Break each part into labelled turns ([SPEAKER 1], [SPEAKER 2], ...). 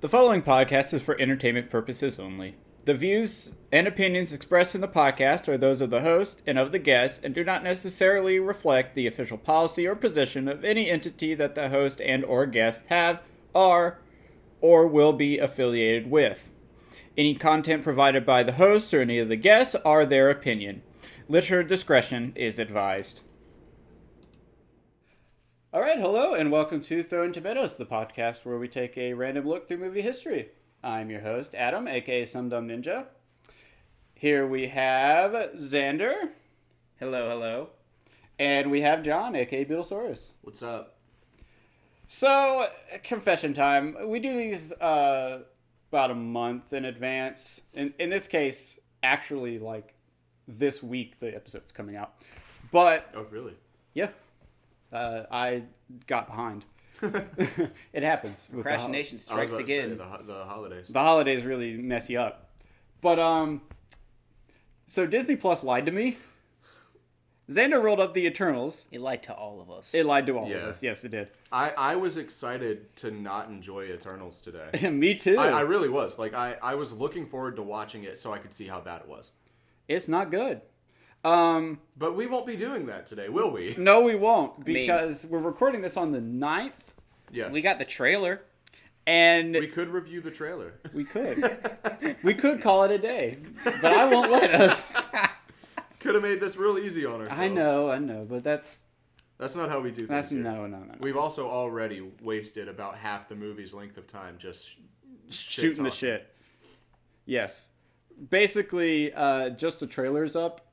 [SPEAKER 1] The following podcast is for entertainment purposes only. The views and opinions expressed in the podcast are those of the host and of the guests and do not necessarily reflect the official policy or position of any entity that the host and or guest have are or will be affiliated with. Any content provided by the hosts or any of the guests are their opinion. Listener discretion is advised. All right, hello, and welcome to Throwing Tomatoes, the podcast where we take a random look through movie history. I'm your host, Adam, aka Some Dumb Ninja. Here we have Xander,
[SPEAKER 2] Hello, hello.
[SPEAKER 1] and we have John, aka Beetlesaurus.
[SPEAKER 3] What's up?
[SPEAKER 1] So, confession time. We do these uh, about a month in advance. In, in this case, actually, like this week, the episode's coming out. But
[SPEAKER 3] Oh, really?
[SPEAKER 1] Yeah. Uh, I got behind. it happens. with the hol-
[SPEAKER 3] I
[SPEAKER 2] Procrastination
[SPEAKER 3] was
[SPEAKER 2] strikes
[SPEAKER 3] about to say,
[SPEAKER 2] again.
[SPEAKER 3] the, ho- the holidays.
[SPEAKER 1] The holidays really mess you up. But, um, so Disney Plus lied to me. Xander rolled up the Eternals.
[SPEAKER 2] It lied to all of us.
[SPEAKER 1] It lied to all
[SPEAKER 3] Yeah.
[SPEAKER 1] of us. Yes, it did.
[SPEAKER 3] I, I was excited to not enjoy Eternals today.
[SPEAKER 1] me too.
[SPEAKER 3] I, I really was. Like, I, I was looking forward to watching it so I could see how bad it was.
[SPEAKER 1] it's not good. Um,
[SPEAKER 3] But we won't be doing that today, will we?
[SPEAKER 1] no, we won't because we're recording this on the 9th
[SPEAKER 3] Yes.
[SPEAKER 2] we got the trailer.
[SPEAKER 1] and
[SPEAKER 3] We could review the trailer.
[SPEAKER 1] we could. we could call it a day, but I won't let us.
[SPEAKER 3] could have made this real easy on ourselves.
[SPEAKER 1] I know, I know, but that's,
[SPEAKER 3] That's not how we do things.
[SPEAKER 1] that's
[SPEAKER 3] here.
[SPEAKER 1] no, no, no. no.
[SPEAKER 3] We've also already wasted about half the movie's length of time just sh- shit
[SPEAKER 1] shooting the
[SPEAKER 3] talking.
[SPEAKER 1] shit. Yes. Basically, uh, just the trailer's up,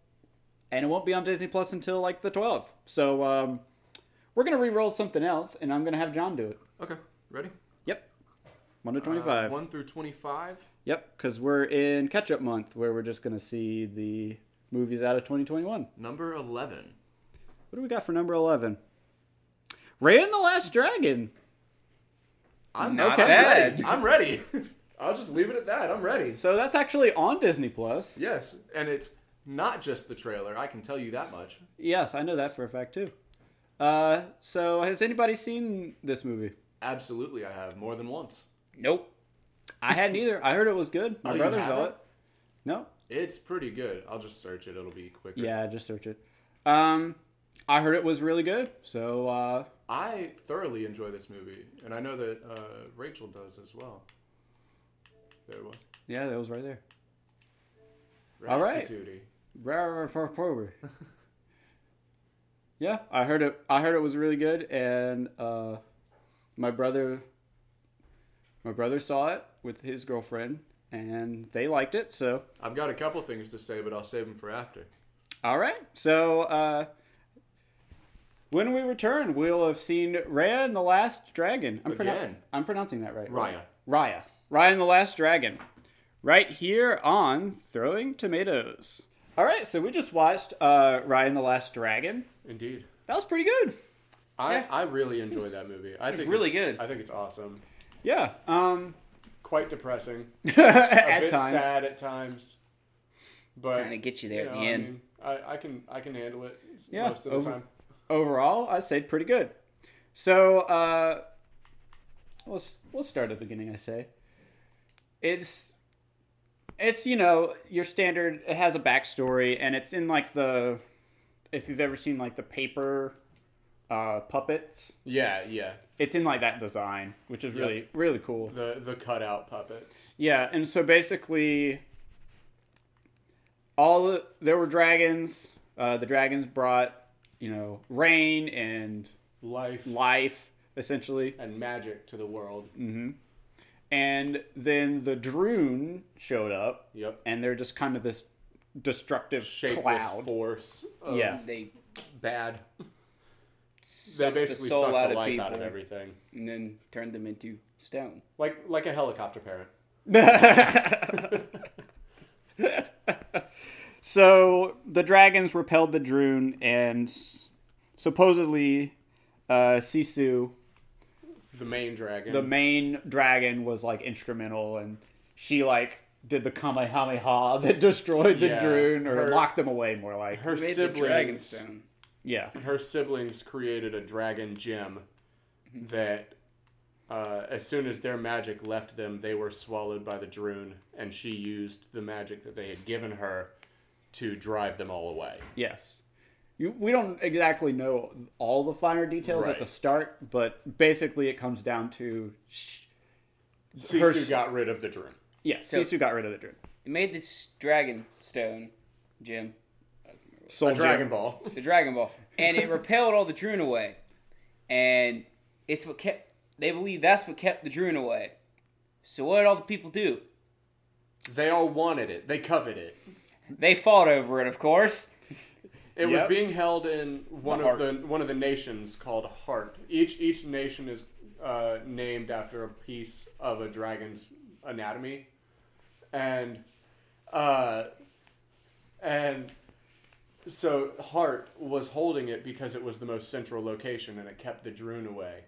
[SPEAKER 1] and it won't be on Disney Plus until like the 12th. So um, we're going to re-roll something else, and I'm going to have John do it.
[SPEAKER 3] Okay, ready?
[SPEAKER 1] Yep. 1 to
[SPEAKER 3] Uh,
[SPEAKER 1] 25.
[SPEAKER 3] 1 through 25.
[SPEAKER 1] Yep, because we're in catch-up month, where we're just going to see the movies out of 2021.
[SPEAKER 3] Number 11.
[SPEAKER 1] What do we got for number 11? Ray and the Last Dragon.
[SPEAKER 3] I'm
[SPEAKER 2] Not
[SPEAKER 3] I'm
[SPEAKER 2] bad.
[SPEAKER 3] ready. I'm ready. I'll just leave it at that. I'm ready.
[SPEAKER 1] So that's actually on Disney Plus.
[SPEAKER 3] Yes, and it's not just the trailer. I can tell you that much.
[SPEAKER 1] Yes, I know that for a fact too. Uh, so has anybody seen this movie?
[SPEAKER 3] Absolutely, I have more than once.
[SPEAKER 2] Nope.
[SPEAKER 1] I hadn't either. I heard it was good. My
[SPEAKER 3] Oh, you
[SPEAKER 1] brother saw
[SPEAKER 3] haven't?
[SPEAKER 1] it. No.
[SPEAKER 3] It's pretty good. I'll just search it. It'll be quicker.
[SPEAKER 1] Yeah, just search it. Um, I heard it was really good. So uh,
[SPEAKER 3] I thoroughly enjoy this movie, and I know that uh, Rachel does as well. There it was.
[SPEAKER 1] yeah, that was right there. All right.
[SPEAKER 3] Ratatouille.
[SPEAKER 1] yeah, I heard it. I heard it was really good, and uh, my brother, my brother saw it with his girlfriend, and they liked it. So
[SPEAKER 3] I've got a couple things to say, but I'll save them for after.
[SPEAKER 1] All right. So uh, when we return, we'll have seen Raya and the Last Dragon. I'm pronou-
[SPEAKER 3] Again.
[SPEAKER 1] I'm pronouncing that right. right?
[SPEAKER 3] Raya.
[SPEAKER 1] Raya. Raya and the Last Dragon. Right here on Throwing Tomatoes. All right. So we just watched uh, Raya and the Last Dragon.
[SPEAKER 3] Indeed.
[SPEAKER 1] That was pretty good.
[SPEAKER 3] I,
[SPEAKER 2] Yeah.
[SPEAKER 3] I really enjoy that movie. I think
[SPEAKER 2] really
[SPEAKER 3] it's-
[SPEAKER 2] good.
[SPEAKER 3] I think it's awesome.
[SPEAKER 1] Yeah. Um.
[SPEAKER 3] Quite depressing. a
[SPEAKER 1] at
[SPEAKER 3] bit
[SPEAKER 1] times.
[SPEAKER 3] sad at times. But
[SPEAKER 2] Trying to get you there
[SPEAKER 3] you
[SPEAKER 2] at
[SPEAKER 3] know,
[SPEAKER 2] the
[SPEAKER 3] I,
[SPEAKER 2] end.
[SPEAKER 3] mean, I, I can I can handle it s-
[SPEAKER 1] Yeah,
[SPEAKER 3] most of the
[SPEAKER 1] over-
[SPEAKER 3] time.
[SPEAKER 1] Overall, I say pretty good. So uh, let's we'll start at the beginning. I say it's it's you know your standard. It has a backstory, and it's in like the if you've ever seen like the paper uh, puppets,
[SPEAKER 3] Yeah, yeah.
[SPEAKER 1] it's in like that design, which is really really cool.
[SPEAKER 3] The the cutout puppets.
[SPEAKER 1] Yeah, and so basically, all there were dragons. Uh, the dragons brought you know rain and
[SPEAKER 3] Life
[SPEAKER 1] life essentially
[SPEAKER 3] and magic to the world.
[SPEAKER 2] Mm.
[SPEAKER 1] and then the droon showed up
[SPEAKER 3] Yep.
[SPEAKER 1] and they're just kind of this destructive
[SPEAKER 3] Shapeless
[SPEAKER 1] cloud
[SPEAKER 3] force. Of
[SPEAKER 1] Yeah.
[SPEAKER 2] They
[SPEAKER 3] Bad. They
[SPEAKER 2] sucked
[SPEAKER 3] basically
[SPEAKER 2] the soul
[SPEAKER 3] suck
[SPEAKER 2] out
[SPEAKER 3] the
[SPEAKER 2] of
[SPEAKER 3] life
[SPEAKER 2] people
[SPEAKER 3] out of everything.
[SPEAKER 2] and then turned them into stone.
[SPEAKER 3] Like like a helicopter parent.
[SPEAKER 1] so the dragons repelled the droon and s- supposedly uh, sisu
[SPEAKER 3] The main dragon.
[SPEAKER 1] the main dragon was like instrumental and she like did the kamehameha that destroyed the
[SPEAKER 3] Yeah,
[SPEAKER 1] droon or
[SPEAKER 3] her-
[SPEAKER 1] locked them away more like
[SPEAKER 3] her
[SPEAKER 2] Made the dragon
[SPEAKER 3] siblings
[SPEAKER 2] stone.
[SPEAKER 1] yeah
[SPEAKER 3] her siblings created a dragon gem that uh, as soon as their magic left them, they were swallowed by the Droon, and she used the magic that they had given her to drive them all away.
[SPEAKER 1] Yes. You, we don't exactly know all the finer details at
[SPEAKER 3] Right.
[SPEAKER 1] the start, but basically it comes down to sh-
[SPEAKER 3] Sisu
[SPEAKER 1] Her s-
[SPEAKER 3] got rid of the Droon.
[SPEAKER 1] yeah, Sisu got rid of the dream.
[SPEAKER 2] They made this dragon stone, Jim.
[SPEAKER 1] Soul
[SPEAKER 3] A Dragon Ball.
[SPEAKER 2] the Dragon Ball, and it repelled all the Droon away. And it's what kept. They believe that's what kept the Droon away. So what did all the people do?
[SPEAKER 3] They all wanted it. They coveted it.
[SPEAKER 2] They fought over it, of course.
[SPEAKER 1] Yep.
[SPEAKER 3] It was being held in one
[SPEAKER 2] The
[SPEAKER 3] of the one of the nations called Heart. Each each nation is uh, named after a piece of a dragon's anatomy, and uh, and so Heart was holding it because it was the most central location, and it kept the Droon away.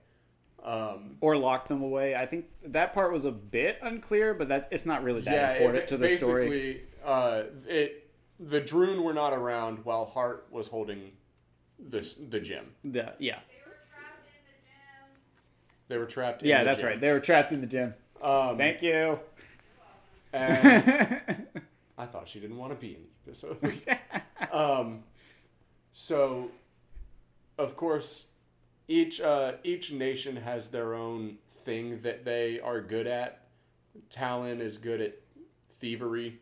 [SPEAKER 1] or locked them away. I think that part was a bit unclear, but that it's not really that important
[SPEAKER 3] it,
[SPEAKER 1] to the story.
[SPEAKER 3] basically, Uh, it the Droon were not around while Heart was holding this the gym.
[SPEAKER 1] The- yeah,
[SPEAKER 4] They were trapped in the gym.
[SPEAKER 3] They were trapped. in
[SPEAKER 1] yeah,
[SPEAKER 3] the
[SPEAKER 1] that's
[SPEAKER 3] gym.
[SPEAKER 1] right. They were trapped in the gym.
[SPEAKER 3] Um,
[SPEAKER 1] Thank you.
[SPEAKER 3] And Uh, I thought she didn't want to be in the episode. um, so, of course, each uh, each nation has their own thing that they are good at. Talon is good at thievery.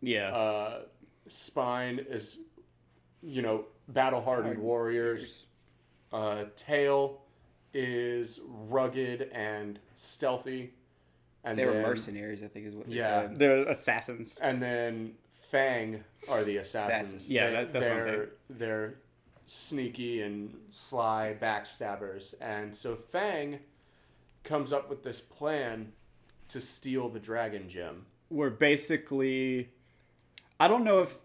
[SPEAKER 1] Yeah,
[SPEAKER 3] Uh, Spine is, you know, battle hardened warriors. Uh, Tail is rugged and stealthy. And
[SPEAKER 2] They were
[SPEAKER 3] then-
[SPEAKER 2] mercenaries, uh, I think is what they
[SPEAKER 3] Yeah.
[SPEAKER 2] said.
[SPEAKER 1] they're assassins.
[SPEAKER 3] and then Fang are the assassins.
[SPEAKER 2] Assassins.
[SPEAKER 1] Yeah, that- that's what I'm
[SPEAKER 3] they're, they're sneaky and sly backstabbers, and so Fang comes up with this plan to steal the dragon gem.
[SPEAKER 1] Were basically, I don't know if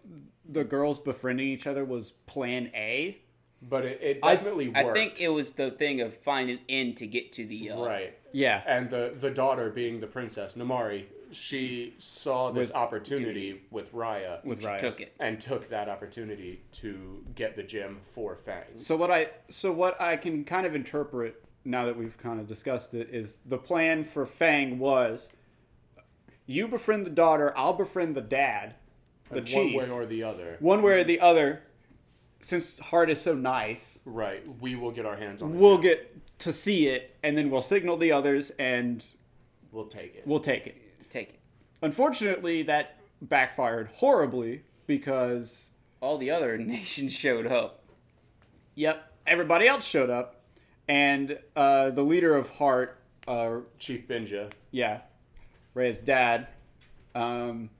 [SPEAKER 1] the girls befriending each other was Plan A.
[SPEAKER 3] But it, it
[SPEAKER 2] I-
[SPEAKER 3] definitely
[SPEAKER 2] I,
[SPEAKER 3] worked.
[SPEAKER 2] think it was the thing of find an end to get to the uh,
[SPEAKER 3] right.
[SPEAKER 1] Yeah,
[SPEAKER 3] And the the daughter being the princess Namari, she saw this
[SPEAKER 1] With-
[SPEAKER 3] opportunity with Raya
[SPEAKER 1] with Raya.
[SPEAKER 2] Took it.
[SPEAKER 3] and took that opportunity to get the gem for Fang.
[SPEAKER 1] So what I so what I can kind of interpret now that we've kind of discussed it is the plan for Fang was you befriend the daughter, I'll befriend the dad, the
[SPEAKER 3] One
[SPEAKER 1] chief.
[SPEAKER 3] way or the other.
[SPEAKER 1] one way or the other, since Hart is so nice,
[SPEAKER 3] Right. We will get our hands on it.
[SPEAKER 1] we'll get to see it, and then we'll signal the others, and
[SPEAKER 3] We'll take it.
[SPEAKER 1] we'll take it.
[SPEAKER 2] Take it.
[SPEAKER 1] Unfortunately, that backfired horribly because,
[SPEAKER 2] All the other nations showed up.
[SPEAKER 1] yep, everybody else showed up, and uh, the leader of Hart, uh,
[SPEAKER 3] Chief Benja.
[SPEAKER 1] yeah, Ray's dad, um,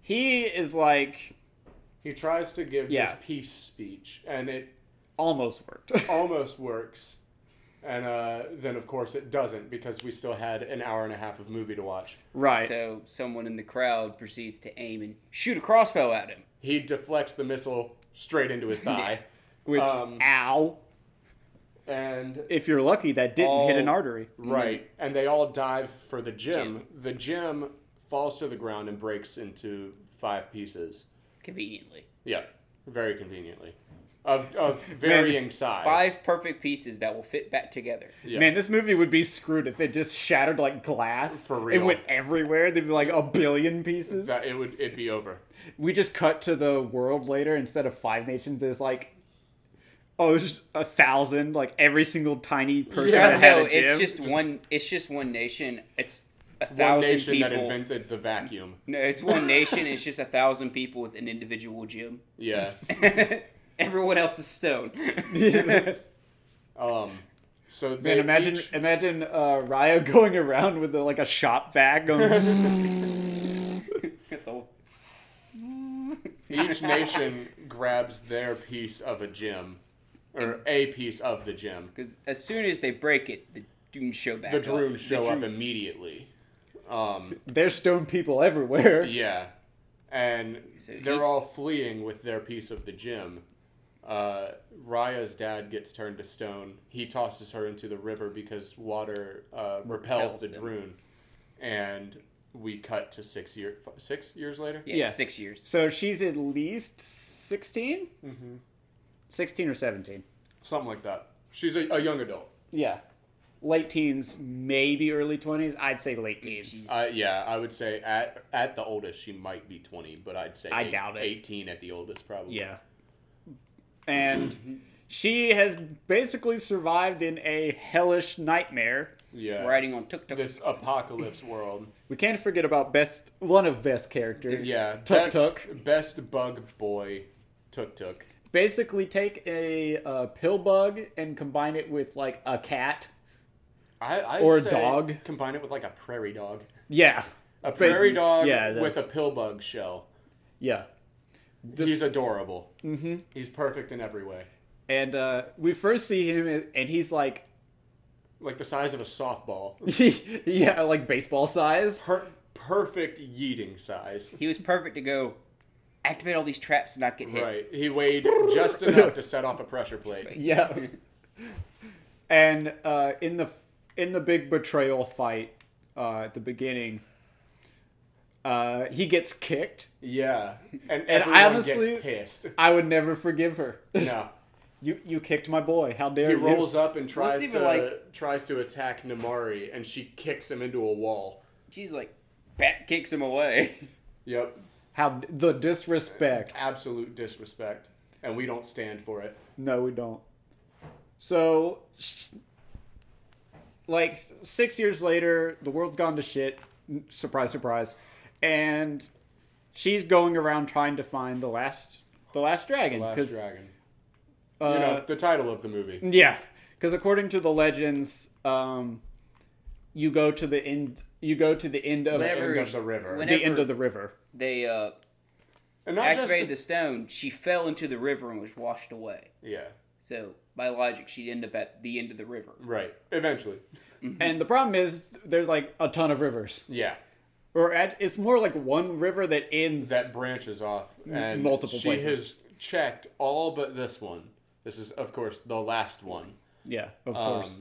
[SPEAKER 1] he is like
[SPEAKER 3] He tries to give
[SPEAKER 1] Yeah.
[SPEAKER 3] his peace speech, and it
[SPEAKER 1] almost worked.
[SPEAKER 3] almost works. And uh, then, of course, it doesn't because we still had an hour and a half of movie to watch.
[SPEAKER 1] right.
[SPEAKER 2] So someone in the crowd proceeds to aim and shoot a crossbow at him.
[SPEAKER 3] He deflects the missile straight into his thigh,
[SPEAKER 1] Which,
[SPEAKER 3] um,
[SPEAKER 1] ow.
[SPEAKER 3] and
[SPEAKER 1] If you're lucky, that didn't hit an
[SPEAKER 3] oh,
[SPEAKER 2] All-
[SPEAKER 1] artery.
[SPEAKER 3] right, and they all dive for the gym. The gym falls to the ground and breaks into five pieces.
[SPEAKER 2] Conveniently.
[SPEAKER 3] Yeah, very conveniently, of of varying size.
[SPEAKER 2] Five perfect pieces that will fit back together.
[SPEAKER 3] Yes.
[SPEAKER 1] Man, this movie would be screwed if it just shattered like glass.
[SPEAKER 3] For
[SPEAKER 1] It
[SPEAKER 3] real.
[SPEAKER 1] went everywhere. There'd be like a billion pieces.
[SPEAKER 3] That- it would it'd be over.
[SPEAKER 1] we just cut to the world later instead of Five Nations. There's like, oh, it's just a thousand. Like every single tiny person
[SPEAKER 3] Yeah.
[SPEAKER 1] that had
[SPEAKER 2] no,
[SPEAKER 1] a gym.
[SPEAKER 2] it's just, one. It's just one nation. It's a
[SPEAKER 3] One
[SPEAKER 2] thousand
[SPEAKER 3] nation
[SPEAKER 2] people.
[SPEAKER 3] that invented the vacuum.
[SPEAKER 2] no, it's one nation. It's just a thousand people with an individual gym.
[SPEAKER 3] Yeah.
[SPEAKER 2] Everyone else is stone.
[SPEAKER 3] Um, so they
[SPEAKER 1] Man, imagine
[SPEAKER 3] each-
[SPEAKER 1] imagine uh, Raya going around with a, like a shop bag. Going,
[SPEAKER 3] each nation grabs their piece of a gem, or a piece of the gem.
[SPEAKER 2] Because as soon as they break it, the dunes show back.
[SPEAKER 3] The
[SPEAKER 2] up.
[SPEAKER 3] droons show
[SPEAKER 2] The
[SPEAKER 3] up
[SPEAKER 2] Droon-
[SPEAKER 3] immediately. Um,
[SPEAKER 1] There's stone people everywhere.
[SPEAKER 3] yeah, and
[SPEAKER 2] So each-
[SPEAKER 3] they're all fleeing with their piece of the gem. Uh, Raya's dad gets turned to stone. He tosses her into the river because water uh, repels
[SPEAKER 2] Repels
[SPEAKER 3] the
[SPEAKER 2] them.
[SPEAKER 3] droon, and we cut to six year f- six years later.
[SPEAKER 2] Yeah,
[SPEAKER 1] Yeah.
[SPEAKER 2] six years.
[SPEAKER 1] So she's at least 16?
[SPEAKER 3] Mm-hmm.
[SPEAKER 1] 16 or 17.
[SPEAKER 3] something like that. She's a, a young adult.
[SPEAKER 1] Yeah. late teens, maybe early 20s. I'd say late teens.
[SPEAKER 3] Uh, yeah, I would say at at the oldest she might be twenty, but I'd say
[SPEAKER 1] I doubt it.
[SPEAKER 3] Eighteen at the oldest, probably.
[SPEAKER 1] Yeah. And she has basically survived in a hellish nightmare.
[SPEAKER 3] yeah.
[SPEAKER 2] Riding on tuk tuk.
[SPEAKER 3] Uh, This apocalypse world.
[SPEAKER 1] We can't forget about best one of best characters.
[SPEAKER 3] Yeah,
[SPEAKER 1] Tuk
[SPEAKER 3] best-
[SPEAKER 1] Tuk.
[SPEAKER 3] Best bug boy, tuk tuk.
[SPEAKER 1] Basically, take a uh, pill bug and combine it with like a cat.
[SPEAKER 3] I I'd
[SPEAKER 1] Or a
[SPEAKER 3] say
[SPEAKER 1] dog.
[SPEAKER 3] Combine it with like a prairie dog.
[SPEAKER 1] Yeah,
[SPEAKER 3] A prairie dog
[SPEAKER 1] yeah, that's-
[SPEAKER 3] with a pill bug shell.
[SPEAKER 1] yeah.
[SPEAKER 3] He's adorable. Mm-hmm. He's perfect in every way.
[SPEAKER 1] And uh, we first see him, and he's like,
[SPEAKER 3] Like the size of a softball.
[SPEAKER 1] yeah, like baseball size.
[SPEAKER 3] Per- perfect yeeting size.
[SPEAKER 2] He was perfect to go activate all these traps and not get hit.
[SPEAKER 3] Right. He weighed just enough to set off a pressure plate.
[SPEAKER 1] Yeah. and uh, in the in the big betrayal fight uh, at the beginning, uh, he gets kicked.
[SPEAKER 3] Yeah. And,
[SPEAKER 1] And
[SPEAKER 3] everyone
[SPEAKER 1] I honestly-
[SPEAKER 3] gets pissed.
[SPEAKER 1] I would never forgive her.
[SPEAKER 3] No.
[SPEAKER 1] you you kicked my boy. How dare
[SPEAKER 3] He
[SPEAKER 1] you?
[SPEAKER 3] rolls up and tries
[SPEAKER 2] even
[SPEAKER 3] to
[SPEAKER 2] like-
[SPEAKER 3] tries to attack Namari and she kicks him into a wall.
[SPEAKER 2] She's like, bat kicks him away.
[SPEAKER 3] Yep.
[SPEAKER 1] How the disrespect.
[SPEAKER 3] Absolute disrespect. And we don't stand for it.
[SPEAKER 1] No, we don't. So, sh- like s- six years later, the world's gone to shit. N- Surprise, surprise. And she's going around trying to find the last, the last dragon.
[SPEAKER 3] Last
[SPEAKER 1] 'cause,
[SPEAKER 3] Dragon.
[SPEAKER 1] uh,
[SPEAKER 3] you know, the title of the movie.
[SPEAKER 1] yeah, because according to the legends, um, you go to the end. You go to the end of
[SPEAKER 3] The
[SPEAKER 2] Whenever-
[SPEAKER 3] end of the river.
[SPEAKER 2] whenever-
[SPEAKER 1] the end of the river.
[SPEAKER 2] They uh,
[SPEAKER 3] and not just
[SPEAKER 2] activated the stone. She fell into the river and was washed away.
[SPEAKER 3] Yeah.
[SPEAKER 2] So by logic, she'd end up at the end of the river.
[SPEAKER 3] Right. Eventually. Mm-hmm.
[SPEAKER 1] And the problem is, there's like a ton of rivers,
[SPEAKER 3] Yeah.
[SPEAKER 1] or at, it's more like one river that ends.
[SPEAKER 3] that branches off and
[SPEAKER 1] multiple
[SPEAKER 3] she
[SPEAKER 1] places.
[SPEAKER 3] has checked all but this one this is of course the last one
[SPEAKER 1] yeah, of
[SPEAKER 3] Um,
[SPEAKER 1] course.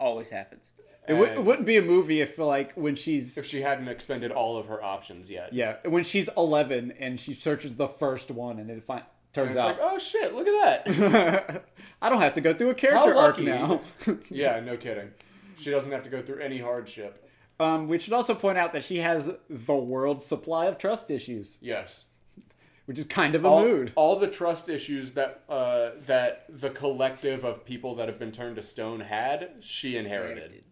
[SPEAKER 2] Always happens.
[SPEAKER 1] It, w- it
[SPEAKER 3] and
[SPEAKER 1] wouldn't be a movie if like when she's
[SPEAKER 3] if she hadn't expended all of her options yet
[SPEAKER 1] yeah when she's eleven and she searches the first one and it fin-
[SPEAKER 3] And
[SPEAKER 1] turns
[SPEAKER 3] it's like
[SPEAKER 1] out
[SPEAKER 3] oh shit look at that
[SPEAKER 1] I don't have to go through a character arc
[SPEAKER 3] lucky.
[SPEAKER 1] now.
[SPEAKER 3] yeah no kidding she doesn't have to go through any hardship
[SPEAKER 1] um, we should also point out that she has the world's supply of trust issues,
[SPEAKER 3] yes
[SPEAKER 1] which is kind of a
[SPEAKER 3] all,
[SPEAKER 1] mood.
[SPEAKER 3] all the trust issues that uh, that the collective of people that have been turned to stone had she inherited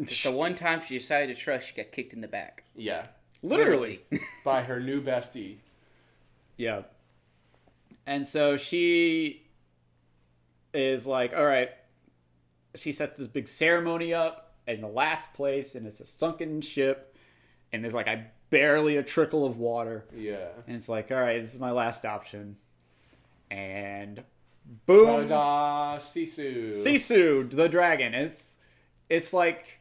[SPEAKER 2] Just the one time she decided to trust, she got kicked in the back.
[SPEAKER 3] yeah
[SPEAKER 1] Literally.
[SPEAKER 3] by her new bestie
[SPEAKER 1] Yeah. And so she is like, all right. She sets this big ceremony up in the last place, and it's a sunken ship, and there's like I barely a trickle of water,
[SPEAKER 3] yeah
[SPEAKER 1] and it's like, all right, this is my last option, and boom,
[SPEAKER 3] Ta-da, Sisu.
[SPEAKER 1] Sisu the dragon. It's it's like,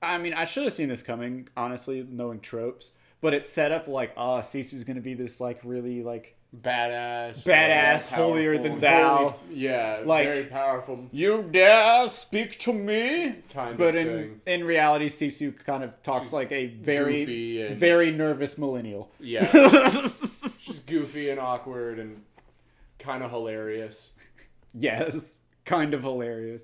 [SPEAKER 1] I mean, I should have seen this coming, honestly, knowing tropes, but it's set up like, ah, oh, Sisu's gonna be this like really like
[SPEAKER 3] badass,
[SPEAKER 1] Badass,
[SPEAKER 3] uh,
[SPEAKER 1] holier
[SPEAKER 3] powerful,
[SPEAKER 1] than thou.
[SPEAKER 3] holy- yeah,
[SPEAKER 1] Like-
[SPEAKER 3] very powerful.
[SPEAKER 1] You dare speak to me?
[SPEAKER 3] Kind of
[SPEAKER 1] but in
[SPEAKER 3] thing.
[SPEAKER 1] in reality, Sisu kind of talks like a very
[SPEAKER 3] goofy and-
[SPEAKER 1] very nervous millennial.
[SPEAKER 3] Yeah, she's goofy and awkward and kind of hilarious.
[SPEAKER 1] yes, kind of hilarious.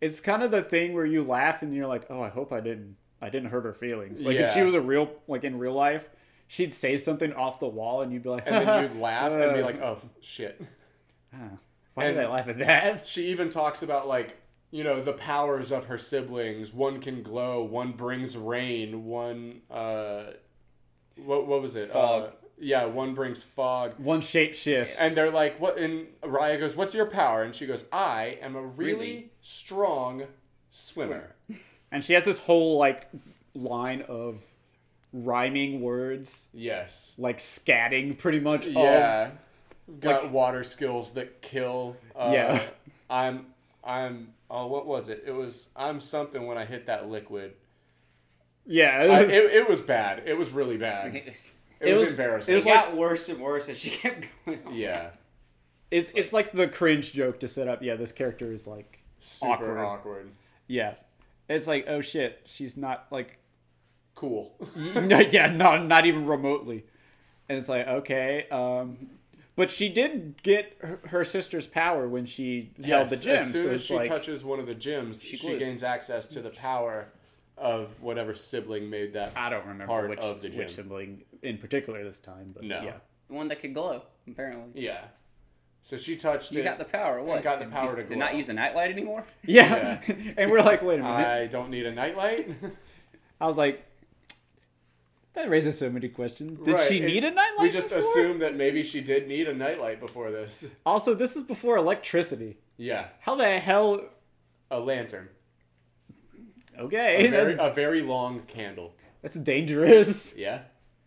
[SPEAKER 1] It's kind of the thing where you laugh and you're like, "Oh, I hope I didn't I didn't hurt her feelings." Like if she
[SPEAKER 3] Yeah.
[SPEAKER 1] was a real like in real life, she'd say something off the wall and you'd be like,
[SPEAKER 3] And then you'd laugh and be like, "Oh f- shit."
[SPEAKER 1] "Ah, "Why
[SPEAKER 3] and-
[SPEAKER 1] did I laugh at that?"
[SPEAKER 3] She even talks about like you know the powers of her siblings. One can glow. One brings rain. One uh, what what was it?
[SPEAKER 2] Fog.
[SPEAKER 3] Uh, yeah, one brings fog.
[SPEAKER 1] One shape shifts.
[SPEAKER 3] And they're like, "What?" And Raya goes, "What's your power?" And she goes, "I am a really,
[SPEAKER 2] Really?
[SPEAKER 3] strong swimmer.
[SPEAKER 1] and she has this whole like line of rhyming words,
[SPEAKER 3] Yes.
[SPEAKER 1] like scatting pretty much
[SPEAKER 2] Oh.
[SPEAKER 1] of
[SPEAKER 3] Yeah. Got water skills that kill. Uh,
[SPEAKER 1] Yeah.
[SPEAKER 3] I'm. I'm. Oh, what was it? It was. I'm something when I hit that liquid.
[SPEAKER 1] Yeah, it
[SPEAKER 3] I-
[SPEAKER 1] was,
[SPEAKER 3] it, it was bad. It was really bad. It,
[SPEAKER 2] it
[SPEAKER 3] was,
[SPEAKER 1] was-
[SPEAKER 3] embarrassing.
[SPEAKER 1] it was
[SPEAKER 2] got worse and worse as she kept going. On.
[SPEAKER 3] yeah.
[SPEAKER 1] it's it's like the cringe joke to set up. Yeah, this character is like,
[SPEAKER 3] Super
[SPEAKER 1] Awkward.
[SPEAKER 3] awkward.
[SPEAKER 1] yeah, it's like oh shit, she's not like,
[SPEAKER 3] Cool.
[SPEAKER 1] no, yeah, not not even remotely, and it's like okay, um, But she did get her, her sister's power when she held the gem.
[SPEAKER 3] As soon
[SPEAKER 1] so
[SPEAKER 3] as
[SPEAKER 1] it's
[SPEAKER 3] she
[SPEAKER 1] like,
[SPEAKER 3] touches one of the gems, she,
[SPEAKER 2] glued.
[SPEAKER 3] gains access to the power of whatever sibling made that.
[SPEAKER 1] I don't remember
[SPEAKER 3] part
[SPEAKER 1] which,
[SPEAKER 3] of the gem.
[SPEAKER 1] which sibling in particular this time, but
[SPEAKER 3] No.
[SPEAKER 1] yeah.
[SPEAKER 2] The one that could glow, apparently.
[SPEAKER 3] Yeah. So she touched
[SPEAKER 2] You
[SPEAKER 3] it.
[SPEAKER 2] got the power. or What?
[SPEAKER 3] got the
[SPEAKER 2] Did-
[SPEAKER 3] power to
[SPEAKER 2] Did not
[SPEAKER 3] glow.
[SPEAKER 2] use a nightlight anymore.
[SPEAKER 1] Yeah. and we're like, wait a minute.
[SPEAKER 3] I don't need a nightlight.
[SPEAKER 1] I was like, that raises so many questions. Did
[SPEAKER 3] Right,
[SPEAKER 1] she
[SPEAKER 3] it-
[SPEAKER 1] need a nightlight?
[SPEAKER 3] we just
[SPEAKER 1] before?
[SPEAKER 3] assumed that maybe she did need a nightlight before this.
[SPEAKER 1] Also, this is before electricity.
[SPEAKER 3] Yeah,
[SPEAKER 1] How the hell?
[SPEAKER 3] a lantern.
[SPEAKER 1] Okay,
[SPEAKER 3] A very,
[SPEAKER 1] that's,
[SPEAKER 3] a very long candle.
[SPEAKER 1] that's dangerous.
[SPEAKER 3] Yeah.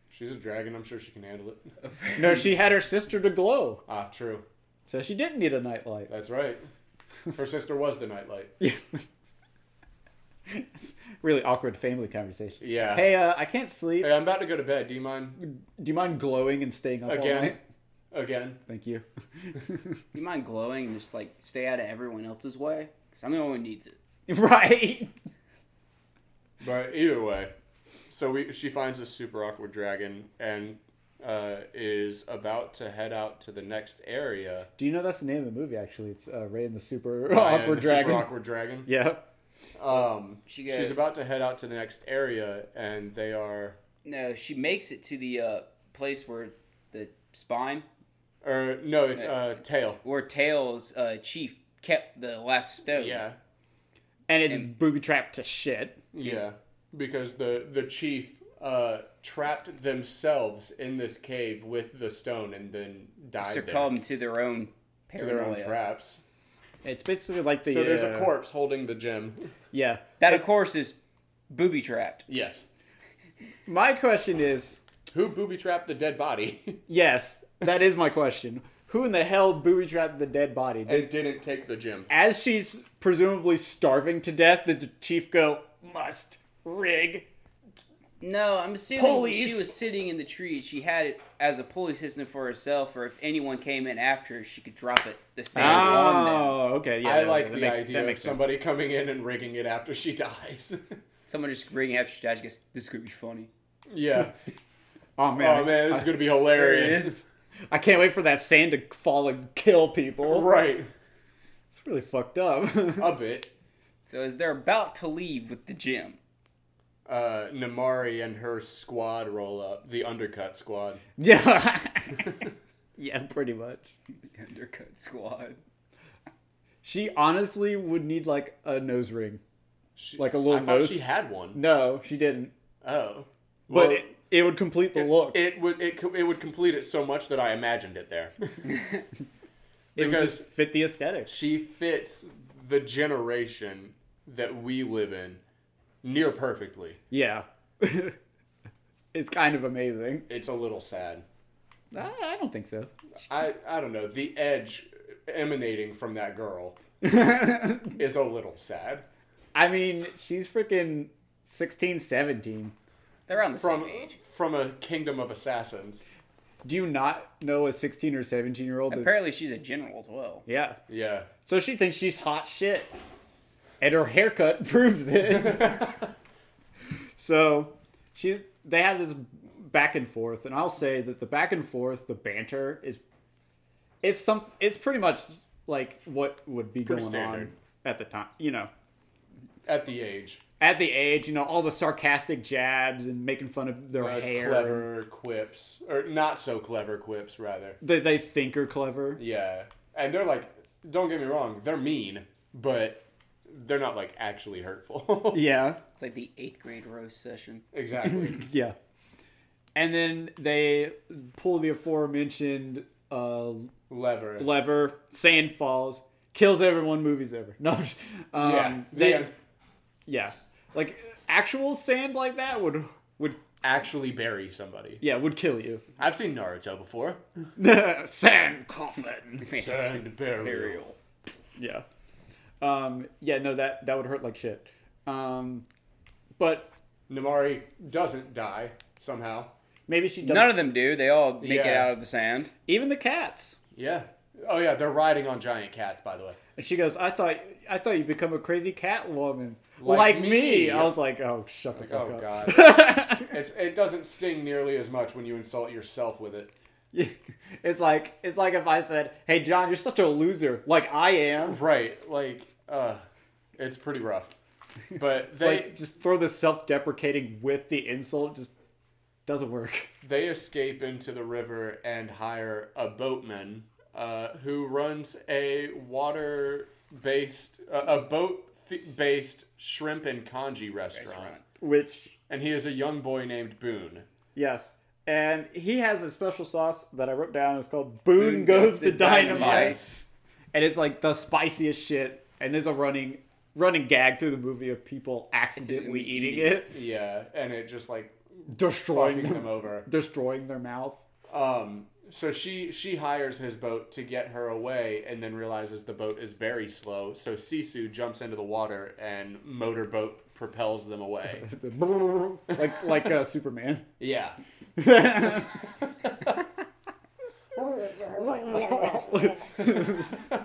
[SPEAKER 3] She's a dragon. I'm sure she can handle it.
[SPEAKER 1] No, she had her sister to glow,
[SPEAKER 3] Ah, true.
[SPEAKER 1] so she didn't need a nightlight.
[SPEAKER 3] That's right. Her sister was the nightlight.
[SPEAKER 1] It's really awkward family conversation.
[SPEAKER 3] Yeah.
[SPEAKER 1] Hey, uh, I can't sleep.
[SPEAKER 3] Hey, I'm about to go to bed. Do you mind?
[SPEAKER 1] Do you mind glowing and staying up all
[SPEAKER 3] Again.
[SPEAKER 1] night?
[SPEAKER 3] Again.
[SPEAKER 1] Thank you.
[SPEAKER 2] You mind glowing and just like stay out of everyone else's way? Because I'm the only one who needs it.
[SPEAKER 1] right.
[SPEAKER 3] But either way, so we she finds a super awkward dragon and uh, is about to head out to the next area.
[SPEAKER 1] Do you know that's the name of the movie? Actually, it's uh, Ray and the Super
[SPEAKER 3] Raya and
[SPEAKER 1] Awkward
[SPEAKER 3] the
[SPEAKER 1] Dragon.
[SPEAKER 3] Super awkward dragon.
[SPEAKER 1] Yeah.
[SPEAKER 3] Um,
[SPEAKER 2] She
[SPEAKER 3] she's
[SPEAKER 2] goes-
[SPEAKER 3] about to head out to the next area, and they are.
[SPEAKER 2] No, she makes it to the uh, place where the spine,
[SPEAKER 3] Or no, it's uh, tail.
[SPEAKER 2] where Tails' uh, chief kept the last stone.
[SPEAKER 3] Yeah,
[SPEAKER 1] And it's booby trapped to shit.
[SPEAKER 3] yeah. Because the the chief uh, trapped themselves in this cave with the stone, and then died there
[SPEAKER 2] Succumbed to their own
[SPEAKER 3] to
[SPEAKER 2] paranoia.
[SPEAKER 3] their own traps.
[SPEAKER 1] It's basically like the
[SPEAKER 3] So there's a
[SPEAKER 1] uh,
[SPEAKER 3] corpse holding the gem.
[SPEAKER 1] Yeah.
[SPEAKER 2] That, of course, is booby trapped.
[SPEAKER 3] Yes.
[SPEAKER 1] My question is,
[SPEAKER 3] Who booby trapped the dead body
[SPEAKER 1] yes, that is my question. Who in the hell booby trapped the dead body? Did-
[SPEAKER 3] and didn't take the gem?
[SPEAKER 1] As she's presumably starving to death, did the chief go must rig?
[SPEAKER 2] No, I'm assuming
[SPEAKER 1] Pulleys.
[SPEAKER 2] she was sitting in the tree. She had it as a pulley system for herself, or if anyone came in after her, she could drop it the same on them.
[SPEAKER 1] Oh, okay. Yeah,
[SPEAKER 3] I
[SPEAKER 1] that-
[SPEAKER 3] like
[SPEAKER 1] that
[SPEAKER 3] the
[SPEAKER 1] makes- that
[SPEAKER 3] idea of
[SPEAKER 1] makes sense.
[SPEAKER 3] somebody coming in and rigging it after she dies.
[SPEAKER 2] Someone just bringing up she dies, she goes, This could be funny.
[SPEAKER 3] yeah.
[SPEAKER 1] Oh man,
[SPEAKER 3] Oh man, this is
[SPEAKER 1] I,
[SPEAKER 3] gonna be hilarious.
[SPEAKER 1] I can't wait for that sand to fall and kill people.
[SPEAKER 3] Right.
[SPEAKER 1] It's really fucked up.
[SPEAKER 3] A bit.
[SPEAKER 2] So as they're about to leave with the gym,
[SPEAKER 3] Uh, Namari and her squad roll up the undercut squad.
[SPEAKER 1] yeah. yeah, pretty much.
[SPEAKER 2] the undercut squad.
[SPEAKER 1] She honestly would need like a nose ring.
[SPEAKER 3] She,
[SPEAKER 1] Like a little
[SPEAKER 3] I thought
[SPEAKER 1] nose-
[SPEAKER 3] she had one.
[SPEAKER 1] No, she didn't.
[SPEAKER 3] Oh,
[SPEAKER 1] But
[SPEAKER 3] Well,
[SPEAKER 1] it, it would complete the look.
[SPEAKER 3] it would it co- it would complete it so much that I imagined it there.
[SPEAKER 1] It would
[SPEAKER 3] Because-
[SPEAKER 1] just fit the aesthetics.
[SPEAKER 3] she fits the generation that we live in near perfectly.
[SPEAKER 1] Yeah. it's kind of amazing.
[SPEAKER 3] It's a little sad.
[SPEAKER 1] I, I don't think so.
[SPEAKER 3] I I don't know the edge emanating from that girl is a little sad.
[SPEAKER 1] I mean, she's freaking 16, 17.
[SPEAKER 2] They're around the
[SPEAKER 3] From
[SPEAKER 2] same age.
[SPEAKER 3] from a kingdom of assassins.
[SPEAKER 1] Do you not know a 16 or 17 year old? that-
[SPEAKER 2] Apparently, she's a general as well.
[SPEAKER 1] Yeah.
[SPEAKER 3] Yeah.
[SPEAKER 1] So she thinks she's hot shit. And her haircut proves it. so she they have this back and forth, and I'll say that the back and forth, the banter is it's some it's pretty much like what would be
[SPEAKER 3] Pretty
[SPEAKER 1] going
[SPEAKER 3] standard.
[SPEAKER 1] on at the time, you know.
[SPEAKER 3] At the age.
[SPEAKER 1] At the age, you know, all the sarcastic jabs and making fun of their
[SPEAKER 3] Uh,
[SPEAKER 1] hair and-
[SPEAKER 3] clever quips or not so clever quips rather
[SPEAKER 1] that they think are clever.
[SPEAKER 3] yeah and they're like don't get me wrong they're mean but they're not like actually hurtful
[SPEAKER 1] Yeah.
[SPEAKER 2] It's like the eighth grade roast session.
[SPEAKER 3] exactly
[SPEAKER 1] Yeah. And then they pull the aforementioned uh,
[SPEAKER 3] lever
[SPEAKER 1] lever, sand falls, kills everyone, movie's over. No, um,
[SPEAKER 3] yeah
[SPEAKER 1] yeah,
[SPEAKER 3] the
[SPEAKER 1] they,
[SPEAKER 3] end.
[SPEAKER 1] yeah, like actual sand like that would would
[SPEAKER 3] actually bury somebody
[SPEAKER 1] yeah would kill you.
[SPEAKER 3] i've seen naruto before
[SPEAKER 1] sand coffin.
[SPEAKER 3] and burial
[SPEAKER 2] Ariel.
[SPEAKER 1] yeah, um, yeah, no, that that would hurt like shit. Um, but
[SPEAKER 3] namari doesn't die somehow
[SPEAKER 1] maybe she doesn't.
[SPEAKER 2] None of them do. They all make it
[SPEAKER 3] Yeah.
[SPEAKER 2] out of the sand.
[SPEAKER 1] Even the cats.
[SPEAKER 3] yeah oh yeah they're riding on giant cats by the way
[SPEAKER 1] And she goes, I thought I thought you become a crazy cat woman like,
[SPEAKER 3] Like
[SPEAKER 1] me.
[SPEAKER 3] me."
[SPEAKER 1] I was like, oh, shut the
[SPEAKER 3] oh
[SPEAKER 1] fuck up.
[SPEAKER 3] god it's it doesn't sting nearly as much when you insult yourself with it
[SPEAKER 1] It's like it's like if I said, "Hey John, you're such a loser," like I am.
[SPEAKER 3] Right, like, uh, it's pretty rough. But
[SPEAKER 1] It's
[SPEAKER 3] they
[SPEAKER 1] like just throw the self-deprecating with the insult just doesn't work.
[SPEAKER 3] they escape into the river and hire a boatman uh, who runs a water based uh, a boat th- based shrimp and congee restaurant.
[SPEAKER 2] Restaurant.
[SPEAKER 1] Which
[SPEAKER 3] and he is a young boy named Boone.
[SPEAKER 1] yes, and he has a special sauce that I wrote down. It's called Boone, Goes, to Dynamite,
[SPEAKER 3] Yes.
[SPEAKER 1] and it's like the spiciest shit. And there's a running running gag through the movie of people accidentally
[SPEAKER 2] Accidentally
[SPEAKER 1] eating
[SPEAKER 2] eating
[SPEAKER 1] it,
[SPEAKER 3] Yeah, and it just like
[SPEAKER 1] destroying
[SPEAKER 3] fucking
[SPEAKER 1] them,
[SPEAKER 3] him over.
[SPEAKER 1] destroying their mouth.
[SPEAKER 3] Um, so she she hires his boat to get her away, and then realizes the boat is very slow. So Sisu jumps into the water and motorboat propels them away.
[SPEAKER 1] like like uh, Superman.
[SPEAKER 3] yeah, Um,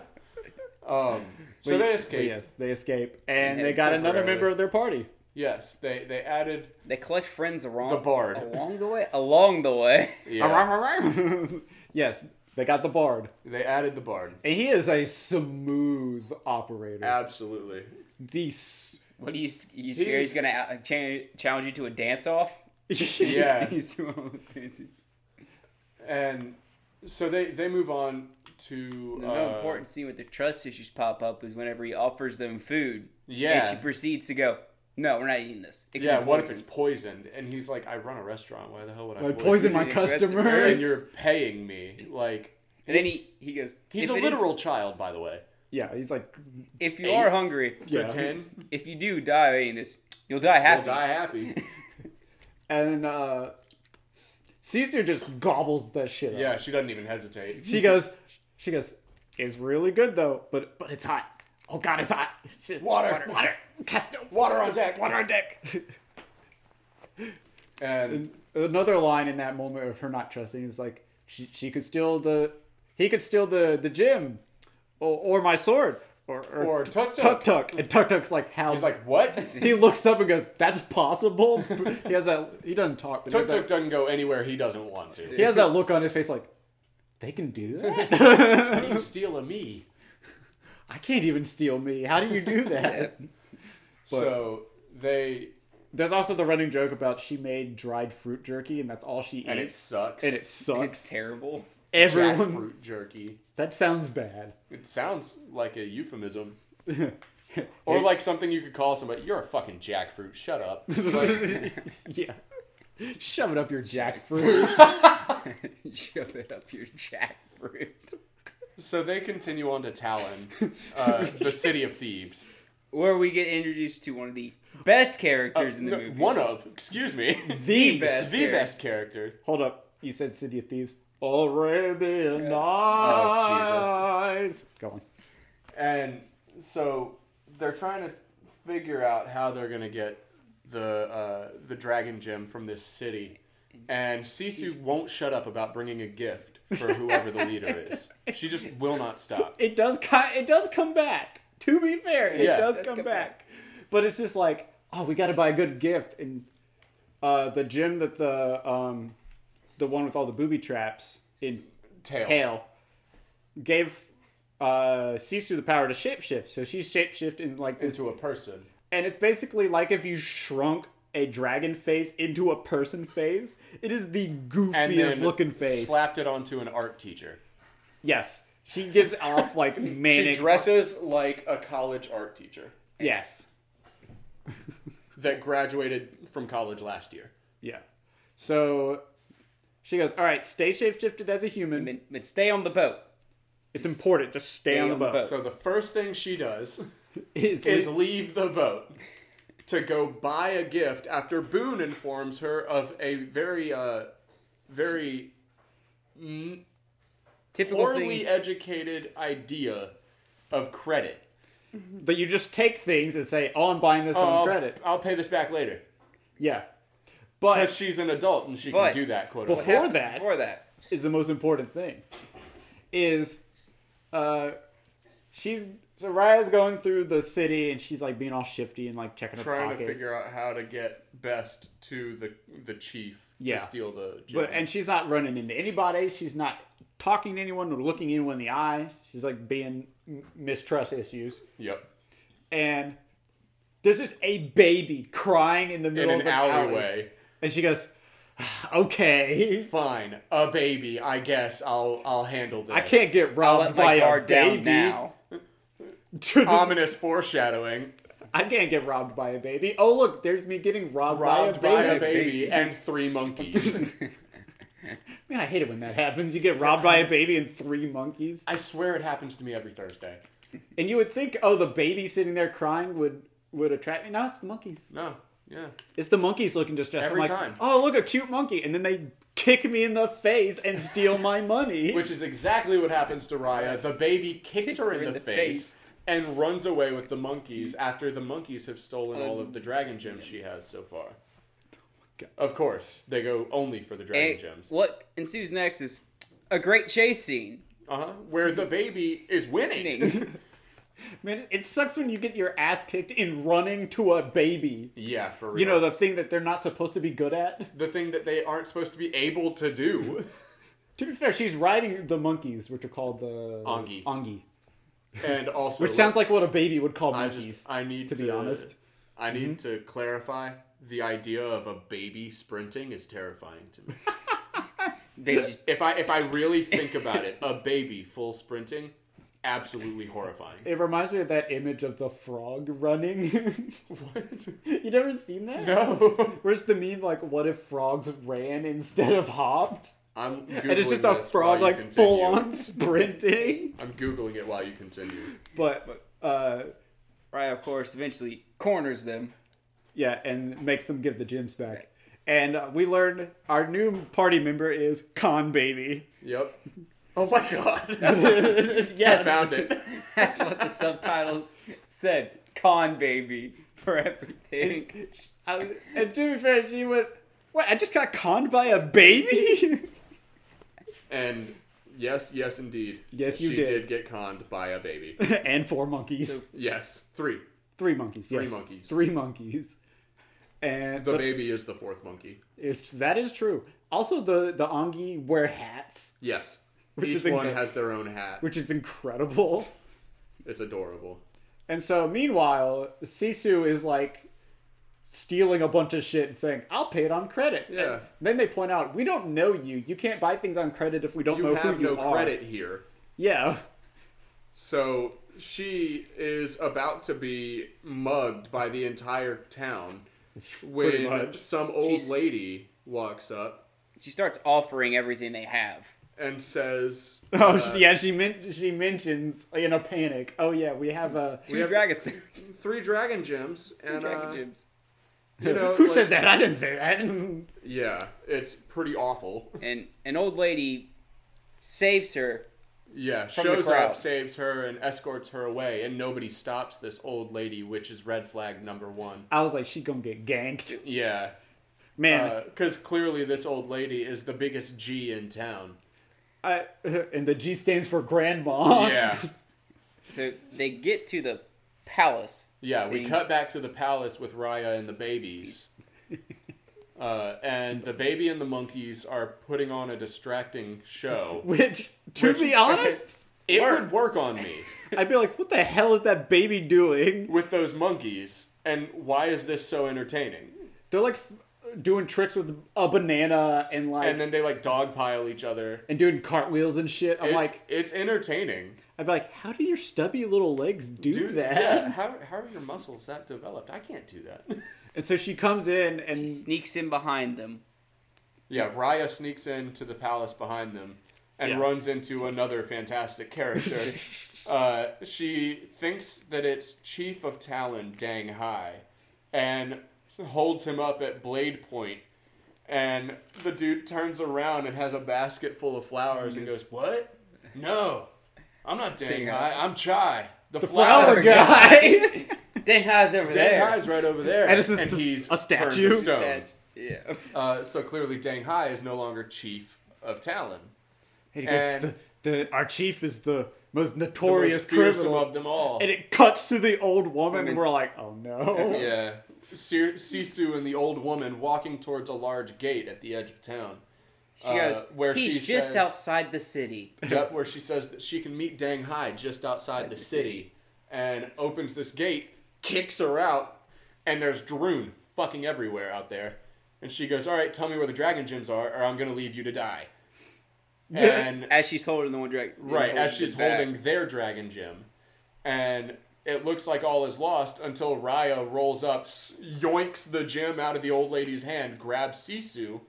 [SPEAKER 1] But-
[SPEAKER 3] so they
[SPEAKER 1] but
[SPEAKER 3] escape. Yes.
[SPEAKER 1] Yes, they escape, and,
[SPEAKER 2] And
[SPEAKER 1] they got another
[SPEAKER 3] temporarily.
[SPEAKER 1] member of their party.
[SPEAKER 3] they they added
[SPEAKER 2] They collect friends around
[SPEAKER 3] The bard.
[SPEAKER 2] along the way. Along the way,
[SPEAKER 3] yeah,
[SPEAKER 1] yes, they got the bard,
[SPEAKER 3] they added the barn.
[SPEAKER 1] and he is a smooth operator.
[SPEAKER 3] Absolutely.
[SPEAKER 1] the s-
[SPEAKER 2] what do you? You scared he's,
[SPEAKER 3] He's-
[SPEAKER 2] gonna out- cha- challenge you to a dance off?
[SPEAKER 3] Yeah.
[SPEAKER 2] he's too fancy.
[SPEAKER 3] And so they they move on to
[SPEAKER 2] The
[SPEAKER 3] uh,
[SPEAKER 2] more important scene with the trust issues pop up is whenever he offers them food.
[SPEAKER 3] Yeah.
[SPEAKER 2] and she proceeds to go. No, we're not eating this. It could
[SPEAKER 3] Yeah,
[SPEAKER 2] be
[SPEAKER 3] what if
[SPEAKER 2] poison."
[SPEAKER 3] it's poisoned? And he's like, I run a restaurant. Why the hell would I
[SPEAKER 1] I poison my
[SPEAKER 2] Poison your
[SPEAKER 1] customers.
[SPEAKER 3] And you're paying me. Like,
[SPEAKER 2] And then he he goes.
[SPEAKER 3] he's
[SPEAKER 2] "If
[SPEAKER 3] a
[SPEAKER 2] it is-
[SPEAKER 3] literal child, by the way.
[SPEAKER 1] yeah, he's like
[SPEAKER 2] if you are
[SPEAKER 3] eight.
[SPEAKER 2] hungry,
[SPEAKER 1] yeah.
[SPEAKER 3] To 10,
[SPEAKER 2] if you do die eating this, you'll die
[SPEAKER 3] he'll
[SPEAKER 2] happy.
[SPEAKER 3] die happy.
[SPEAKER 1] And uh, Caesar just gobbles that shit up.
[SPEAKER 3] yeah, she doesn't even hesitate.
[SPEAKER 1] She goes, she goes, it's really good though, but but it's hot. Oh god, it's hot. Shit,
[SPEAKER 3] Water.
[SPEAKER 1] water, water, Captain,
[SPEAKER 3] Water on deck.
[SPEAKER 1] water on deck.
[SPEAKER 3] And
[SPEAKER 1] Another line in that moment of her not trusting is like, she, she could steal the, he could steal the the gym, or, or my sword, or
[SPEAKER 3] Or Tuk
[SPEAKER 1] Tuk
[SPEAKER 3] Tuk.
[SPEAKER 1] Tuk, and Tuk Tuk's like, how?
[SPEAKER 3] he's like, what?
[SPEAKER 1] he looks up and goes, that's possible. he has that. He doesn't talk. But he has
[SPEAKER 3] Tuk Tuk doesn't go anywhere he doesn't want to.
[SPEAKER 1] He has that look on his face like, they can do that?
[SPEAKER 3] How do you steal a me?
[SPEAKER 1] I can't even steal me. How do you do that?
[SPEAKER 3] so they.
[SPEAKER 1] There's also the running joke about she made dried fruit jerky and that's all she
[SPEAKER 3] And it
[SPEAKER 1] eats.
[SPEAKER 3] sucks.
[SPEAKER 1] and it sucks.
[SPEAKER 2] It's terrible.
[SPEAKER 1] Everyone.
[SPEAKER 3] Jackfruit jerky.
[SPEAKER 1] That sounds bad.
[SPEAKER 3] It sounds like a euphemism. Or like something you could call somebody. You're a fucking jackfruit. Shut up. Like,
[SPEAKER 1] yeah. Shove it up your jackfruit.
[SPEAKER 2] Shove it up your jackfruit.
[SPEAKER 3] so they continue on to Talon, uh, the city of thieves.
[SPEAKER 2] Where we get introduced to one of the best characters in
[SPEAKER 3] Uh,
[SPEAKER 2] the
[SPEAKER 3] No,
[SPEAKER 2] movie.
[SPEAKER 3] One of, excuse me, the,
[SPEAKER 2] the best. character.
[SPEAKER 3] best character.
[SPEAKER 1] Hold up. You said City of Thieves. Arabian Nights.
[SPEAKER 3] Oh,
[SPEAKER 1] Go on.
[SPEAKER 3] And so they're trying to figure out how they're gonna get the uh, the dragon gem from this city. And Sisu won't shut up about bringing a gift for whoever the leader is. She just will not stop.
[SPEAKER 1] it does ki- it does come back. To be fair, it
[SPEAKER 3] Yeah.
[SPEAKER 1] does
[SPEAKER 2] It does
[SPEAKER 1] come,
[SPEAKER 2] come
[SPEAKER 1] back. But it's just like, oh, we got to buy a good gift, and uh, the gym that the um, the one with all the booby traps in
[SPEAKER 3] Tail.
[SPEAKER 1] Tail gave uh, Sisu the power to shapeshift. So she's shapeshift in like this,
[SPEAKER 3] Into a person.
[SPEAKER 1] and it's basically like if you shrunk a dragon face into a person face. It is the
[SPEAKER 3] And
[SPEAKER 1] goofiest
[SPEAKER 3] then
[SPEAKER 1] looking face.
[SPEAKER 3] slapped it onto an art teacher.
[SPEAKER 1] Yes, she gives off like manic.
[SPEAKER 3] She dresses like a college art teacher
[SPEAKER 1] yes.
[SPEAKER 3] that graduated from college last year.
[SPEAKER 1] Yeah. So she goes, All right, stay shape shifted as a human.
[SPEAKER 2] But- But stay on the boat.
[SPEAKER 1] It's important to stay, on the boat.
[SPEAKER 3] So the first thing she does
[SPEAKER 1] Is-
[SPEAKER 3] is leave the boat to go buy a gift after Boone informs her of a very, uh, very
[SPEAKER 2] Typical
[SPEAKER 3] poorly
[SPEAKER 2] thing.
[SPEAKER 3] educated idea of credit.
[SPEAKER 1] but you just take things and say, Oh, I'm buying this on
[SPEAKER 3] I'll-
[SPEAKER 1] credit.
[SPEAKER 3] I'll pay this back later.
[SPEAKER 1] Yeah.
[SPEAKER 3] Because
[SPEAKER 1] But
[SPEAKER 3] she's an adult and she
[SPEAKER 2] But-
[SPEAKER 3] can do that, quote
[SPEAKER 1] Before-
[SPEAKER 3] unquote.
[SPEAKER 2] happens
[SPEAKER 1] that-
[SPEAKER 2] Before that.
[SPEAKER 1] is the most important thing. Is uh she's so Raya's going through the city and she's like being all shifty and like checking her
[SPEAKER 3] Trying to
[SPEAKER 1] pockets.
[SPEAKER 3] figure out how to get best to the the chief
[SPEAKER 1] Yeah.
[SPEAKER 3] to steal the gem.
[SPEAKER 1] But and she's not running into anybody. She's not talking to anyone or looking anyone in the eye. She's like being mistrust issues.
[SPEAKER 3] yep.
[SPEAKER 1] And there's just a baby crying in the
[SPEAKER 3] In
[SPEAKER 1] middle
[SPEAKER 3] an
[SPEAKER 1] of alley.
[SPEAKER 3] alleyway.
[SPEAKER 1] And she goes, "Okay,
[SPEAKER 3] Fine, a baby. I guess I'll I'll handle this.
[SPEAKER 1] I can't get
[SPEAKER 2] I'll
[SPEAKER 1] robbed
[SPEAKER 2] let
[SPEAKER 1] by
[SPEAKER 2] my
[SPEAKER 1] a
[SPEAKER 2] guard
[SPEAKER 1] baby.
[SPEAKER 2] down now.
[SPEAKER 3] ominous foreshadowing.
[SPEAKER 1] I can't get robbed by a baby. Oh look, there's me getting robbed,
[SPEAKER 3] Robbed
[SPEAKER 1] by a baby.
[SPEAKER 3] baby and three monkeys.
[SPEAKER 1] Man, I hate it when that happens. You get robbed by a baby and three monkeys.
[SPEAKER 3] I swear it happens to me every Thursday.
[SPEAKER 1] And you would think, oh, the baby sitting there crying would would attract me. No, it's the monkeys.
[SPEAKER 3] No, yeah.
[SPEAKER 1] It's the monkeys looking distressed.
[SPEAKER 3] Every
[SPEAKER 1] I'm like,
[SPEAKER 3] time.
[SPEAKER 1] oh, look, a cute monkey. And then they kick me in the face and steal my money.
[SPEAKER 3] Which is exactly what happens to Raya. The baby kicks, her in, the, face, and runs away with the monkeys after the monkeys have stolen all of the dragon gems she has so far. Of course, they go only for the dragon
[SPEAKER 2] And
[SPEAKER 3] gems.
[SPEAKER 2] what ensues next is a great chase scene.
[SPEAKER 3] Uh huh. Where the baby is winning.
[SPEAKER 1] Man, it sucks when you get your ass kicked in running to a baby.
[SPEAKER 3] yeah, for real.
[SPEAKER 1] You know, the thing that they're not supposed to be good at.
[SPEAKER 3] the thing that they aren't supposed to be able to do.
[SPEAKER 1] To be fair, she's riding the monkeys, which are called the
[SPEAKER 3] Ongi.
[SPEAKER 1] Ongi.
[SPEAKER 3] and also
[SPEAKER 1] Which sounds like what a baby would call
[SPEAKER 3] I
[SPEAKER 1] monkeys.
[SPEAKER 3] just I need
[SPEAKER 1] to
[SPEAKER 3] to,
[SPEAKER 1] be honest.
[SPEAKER 3] I need to clarify the idea of a baby sprinting is terrifying to me.
[SPEAKER 2] They just
[SPEAKER 3] if I if I really think about it, a baby full sprinting, absolutely horrifying.
[SPEAKER 1] It reminds me of that image of the frog running.
[SPEAKER 3] What?
[SPEAKER 1] you never seen that?
[SPEAKER 3] No.
[SPEAKER 1] Where's the meme like, what if frogs ran instead of hopped?
[SPEAKER 3] I'm googling
[SPEAKER 1] And it's just a
[SPEAKER 3] this
[SPEAKER 1] frog
[SPEAKER 3] while you
[SPEAKER 1] like
[SPEAKER 3] continue.
[SPEAKER 1] full on sprinting.
[SPEAKER 3] I'm googling it while you continue.
[SPEAKER 1] But uh,
[SPEAKER 2] Raya, of course, eventually corners them.
[SPEAKER 1] yeah, and makes them give the gems back. And uh, we learned our new party member is Con Baby.
[SPEAKER 3] Yep. Oh my god. I
[SPEAKER 1] yes,
[SPEAKER 3] found it.
[SPEAKER 2] That's what the subtitles said. Con baby for everything.
[SPEAKER 1] I- and to be fair, she went. What? I just got conned by a baby.
[SPEAKER 3] And yes, yes indeed.
[SPEAKER 1] Yes, you
[SPEAKER 3] she
[SPEAKER 1] did.
[SPEAKER 3] get conned by a baby.
[SPEAKER 1] and four monkeys.
[SPEAKER 3] yes, three.
[SPEAKER 1] Three monkeys.
[SPEAKER 3] Three
[SPEAKER 1] yes.
[SPEAKER 3] monkeys.
[SPEAKER 1] Three monkeys. And
[SPEAKER 3] The
[SPEAKER 1] but
[SPEAKER 3] baby is the fourth monkey.
[SPEAKER 1] it's, that is true. Also, the the Ongi wear hats,
[SPEAKER 3] Yes.
[SPEAKER 1] Which
[SPEAKER 3] Each
[SPEAKER 1] is
[SPEAKER 3] one
[SPEAKER 1] inc-
[SPEAKER 3] has their own hat.
[SPEAKER 1] which is incredible.
[SPEAKER 3] It's adorable.
[SPEAKER 1] And so, meanwhile, Sisu is like stealing a bunch of shit and saying, "I'll pay it on credit."
[SPEAKER 3] Yeah.
[SPEAKER 1] And then they point out, "We don't know you. You can't buy things on credit if we don't
[SPEAKER 3] You
[SPEAKER 1] know
[SPEAKER 3] have
[SPEAKER 1] who you
[SPEAKER 3] no
[SPEAKER 1] are."
[SPEAKER 3] credit here.
[SPEAKER 1] Yeah.
[SPEAKER 3] So she is about to be mugged by the entire town when
[SPEAKER 1] much.
[SPEAKER 3] some old
[SPEAKER 2] She's-
[SPEAKER 3] lady walks up
[SPEAKER 2] She starts offering everything they have.
[SPEAKER 3] and says, uh,
[SPEAKER 1] Oh she- yeah, she men- she mentions in a panic. Oh yeah, we have a.
[SPEAKER 2] Two
[SPEAKER 3] have-
[SPEAKER 2] dragon stones.
[SPEAKER 3] Three dragon gems. And,
[SPEAKER 2] Dragon
[SPEAKER 3] uh,
[SPEAKER 2] gems.
[SPEAKER 3] you know,
[SPEAKER 1] Who
[SPEAKER 3] like-
[SPEAKER 1] said that? I didn't say that.
[SPEAKER 3] Yeah, it's pretty awful.
[SPEAKER 2] And an old lady saves her.
[SPEAKER 3] Yeah,
[SPEAKER 2] the
[SPEAKER 3] shows
[SPEAKER 2] crowd.
[SPEAKER 3] up, saves her, and escorts her away, and nobody stops this old lady, which is red flag number one.
[SPEAKER 1] I was like, she gonna get ganked,
[SPEAKER 3] Yeah,
[SPEAKER 1] man.
[SPEAKER 3] because clearly this old lady is the biggest G in town.
[SPEAKER 1] I, and the G stands for grandma.
[SPEAKER 2] So they get to the palace.
[SPEAKER 3] yeah. We
[SPEAKER 2] Being-
[SPEAKER 3] cut back to the palace with Raya and the babies, uh, and the baby and the monkeys are putting on a distracting show.
[SPEAKER 1] Which, to
[SPEAKER 3] Which-
[SPEAKER 1] be honest,
[SPEAKER 3] It would work on me
[SPEAKER 1] I'd be like, what the hell is that baby doing?
[SPEAKER 3] with those monkeys, and why is this so entertaining?
[SPEAKER 1] They're like f- doing tricks with a banana and like
[SPEAKER 3] And
[SPEAKER 1] and,
[SPEAKER 3] then they like dogpile each other.
[SPEAKER 1] doing cartwheels and shit. I'm
[SPEAKER 3] It's,
[SPEAKER 1] like,
[SPEAKER 3] it's entertaining.
[SPEAKER 1] I'd be like, how do your stubby little legs do
[SPEAKER 3] Dude,
[SPEAKER 1] that?
[SPEAKER 3] yeah. How, how are your muscles that developed? I can't do that.
[SPEAKER 1] And so she comes in and
[SPEAKER 2] She sneaks in behind them.
[SPEAKER 3] Yeah, Raya sneaks into the palace behind them and
[SPEAKER 1] Yeah.
[SPEAKER 3] runs into another fantastic character. uh, she thinks that it's Chief of Talon Dang Hai and holds him up at blade point. And the dude turns around and has a basket full of flowers and goes, What? No, I'm not Dang
[SPEAKER 2] Dang
[SPEAKER 3] Hai, I'm Chai. The,
[SPEAKER 1] flower guy.
[SPEAKER 2] Dang high's over
[SPEAKER 3] Dang
[SPEAKER 2] there.
[SPEAKER 3] Hai's right over there.
[SPEAKER 1] And it's a-
[SPEAKER 3] he's
[SPEAKER 1] a
[SPEAKER 3] turned
[SPEAKER 1] statue.
[SPEAKER 3] to stone.
[SPEAKER 2] Yeah.
[SPEAKER 3] Uh, so clearly, Dang Hai is no longer Chief of Talon.
[SPEAKER 1] and he goes,
[SPEAKER 3] And-
[SPEAKER 1] the, the, our chief is the most
[SPEAKER 3] the most
[SPEAKER 1] notorious
[SPEAKER 3] fearsome
[SPEAKER 1] criminal.
[SPEAKER 3] of them all.
[SPEAKER 1] and it cuts to the old woman, and we're like, oh no.
[SPEAKER 3] yeah, Sir- Sisu and the old woman walking towards a large gate at the edge of town.
[SPEAKER 2] She goes,
[SPEAKER 3] Uh, where
[SPEAKER 2] he's
[SPEAKER 3] she
[SPEAKER 2] just
[SPEAKER 3] says-
[SPEAKER 2] outside the city.
[SPEAKER 3] Yep, where she says that she can meet Dang Hai just outside the city, and opens this gate, kicks her out, and there's Droon fucking everywhere out there. And she goes, "All right, tell me where the dragon gems are, or I'm gonna leave you to die." And
[SPEAKER 2] as she's holding the one drag. the
[SPEAKER 3] Right,
[SPEAKER 2] holding
[SPEAKER 3] as she's
[SPEAKER 2] the bag.
[SPEAKER 3] holding their dragon gem. And it looks like all is lost until Raya rolls up, s- yoinks the gem out of the old lady's hand, grabs Sisu,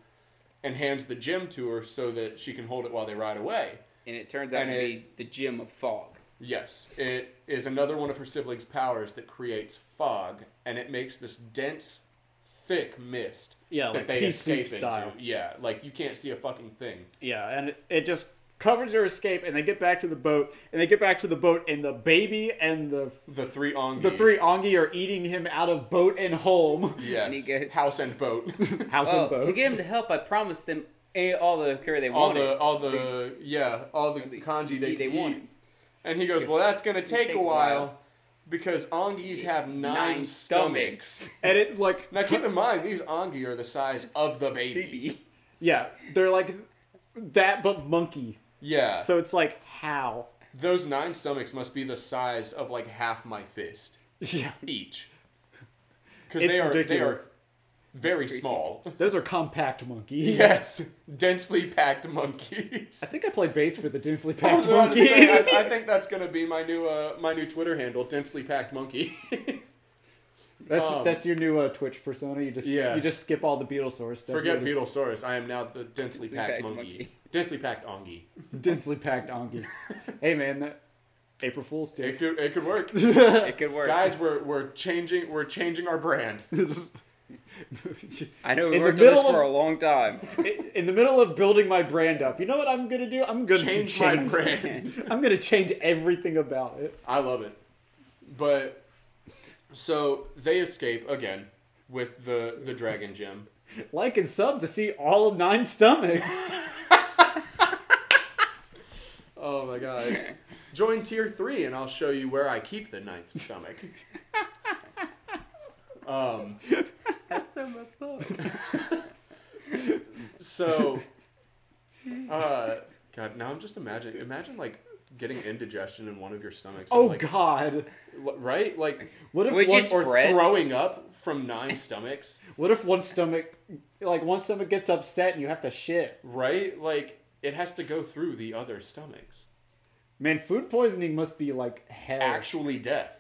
[SPEAKER 3] and hands the gem to her so that she can hold it while they ride away.
[SPEAKER 2] And it turns out
[SPEAKER 3] and
[SPEAKER 2] to
[SPEAKER 3] it-
[SPEAKER 2] be the gem of fog.
[SPEAKER 3] Yes, it is another one of her siblings' powers that creates fog, and it makes this dense, thick mist
[SPEAKER 1] Yeah,
[SPEAKER 3] that
[SPEAKER 1] like
[SPEAKER 3] they
[SPEAKER 1] pea
[SPEAKER 3] escape
[SPEAKER 1] soup
[SPEAKER 3] into.
[SPEAKER 1] style.
[SPEAKER 3] Yeah, like you can't see a fucking thing.
[SPEAKER 1] Yeah, and it, it just covers their escape, and they get back to the boat, and they get back to the boat, and the baby and the
[SPEAKER 3] The three on
[SPEAKER 1] the three Ongi are eating him out of boat and home,
[SPEAKER 3] yes,
[SPEAKER 2] And he goes-
[SPEAKER 3] house and boat.
[SPEAKER 1] house
[SPEAKER 3] Oh,
[SPEAKER 1] and
[SPEAKER 2] Well,
[SPEAKER 1] boat.
[SPEAKER 2] to get him to help, I promised them eh, all the curry they
[SPEAKER 3] all
[SPEAKER 2] wanted.
[SPEAKER 3] the all the yeah all the
[SPEAKER 2] the
[SPEAKER 3] kanji they,
[SPEAKER 2] tea they
[SPEAKER 3] can eat.
[SPEAKER 2] wanted.
[SPEAKER 3] And he goes, well, that's gonna take,
[SPEAKER 2] take
[SPEAKER 3] a
[SPEAKER 2] a
[SPEAKER 3] while,
[SPEAKER 2] while."
[SPEAKER 3] because ongies have nine,
[SPEAKER 2] Nine
[SPEAKER 3] stomachs.
[SPEAKER 2] stomachs.
[SPEAKER 1] and it like
[SPEAKER 3] Now keep in mind, these ongi are the size of the baby.
[SPEAKER 1] yeah, they're like that but monkey.
[SPEAKER 3] Yeah.
[SPEAKER 1] So it's like how?
[SPEAKER 3] those nine stomachs must be the size of like half my fist
[SPEAKER 1] Yeah,
[SPEAKER 3] each. Because
[SPEAKER 1] It's
[SPEAKER 3] they are they are
[SPEAKER 1] ridiculous.
[SPEAKER 3] very small.
[SPEAKER 1] those are compact monkeys.
[SPEAKER 3] Yes, densely packed monkeys.
[SPEAKER 1] I think I played bass for the densely
[SPEAKER 3] I
[SPEAKER 1] packed
[SPEAKER 3] was about to
[SPEAKER 1] monkeys.
[SPEAKER 3] say, I, I think that's gonna be my new uh, my new Twitter handle, densely packed monkey.
[SPEAKER 1] that's
[SPEAKER 3] um,
[SPEAKER 1] that's your new uh, Twitch persona. You just
[SPEAKER 3] Yeah.
[SPEAKER 1] you just skip all the Beetlesaurus stuff.
[SPEAKER 3] Forget
[SPEAKER 1] You're just
[SPEAKER 3] Beetlesaurus. I am now the densely
[SPEAKER 2] Densely
[SPEAKER 3] packed
[SPEAKER 2] packed
[SPEAKER 3] monkey.
[SPEAKER 2] monkey.
[SPEAKER 3] Densely packed ongi.
[SPEAKER 1] Densely packed Ongi. hey man, that April Fool's
[SPEAKER 3] It
[SPEAKER 1] Day.
[SPEAKER 3] could it could work,
[SPEAKER 2] It could work.
[SPEAKER 3] guys. We're we're changing we're changing our brand.
[SPEAKER 2] I know we
[SPEAKER 1] in the
[SPEAKER 2] worked on this
[SPEAKER 1] middle of-
[SPEAKER 2] for a long time.
[SPEAKER 1] in the middle of building my brand up, you know what I'm gonna do? I'm gonna
[SPEAKER 3] Change,
[SPEAKER 1] change,
[SPEAKER 3] my brand.
[SPEAKER 1] I'm gonna change everything about it.
[SPEAKER 3] I love it, but so they escape again with the the dragon gem.
[SPEAKER 1] Like and sub to see all nine stomachs.
[SPEAKER 3] Oh my god! Join tier three, and I'll show you where I keep the ninth stomach. um.
[SPEAKER 2] That's so much love.
[SPEAKER 3] So, uh, God, now I'm just imagine imagine like getting indigestion in one of your stomachs. and,
[SPEAKER 1] Oh
[SPEAKER 3] like,
[SPEAKER 1] God!
[SPEAKER 3] l- right? Like,
[SPEAKER 1] What if
[SPEAKER 2] Would you
[SPEAKER 1] one,
[SPEAKER 2] s-
[SPEAKER 3] or
[SPEAKER 2] Spread?
[SPEAKER 3] throwing up from nine stomachs,
[SPEAKER 1] what if one stomach, like one stomach gets upset and you have to shit?
[SPEAKER 3] right? Like, it has to go through the other stomachs.
[SPEAKER 1] Man, food poisoning must be like hell.
[SPEAKER 3] Actually, death.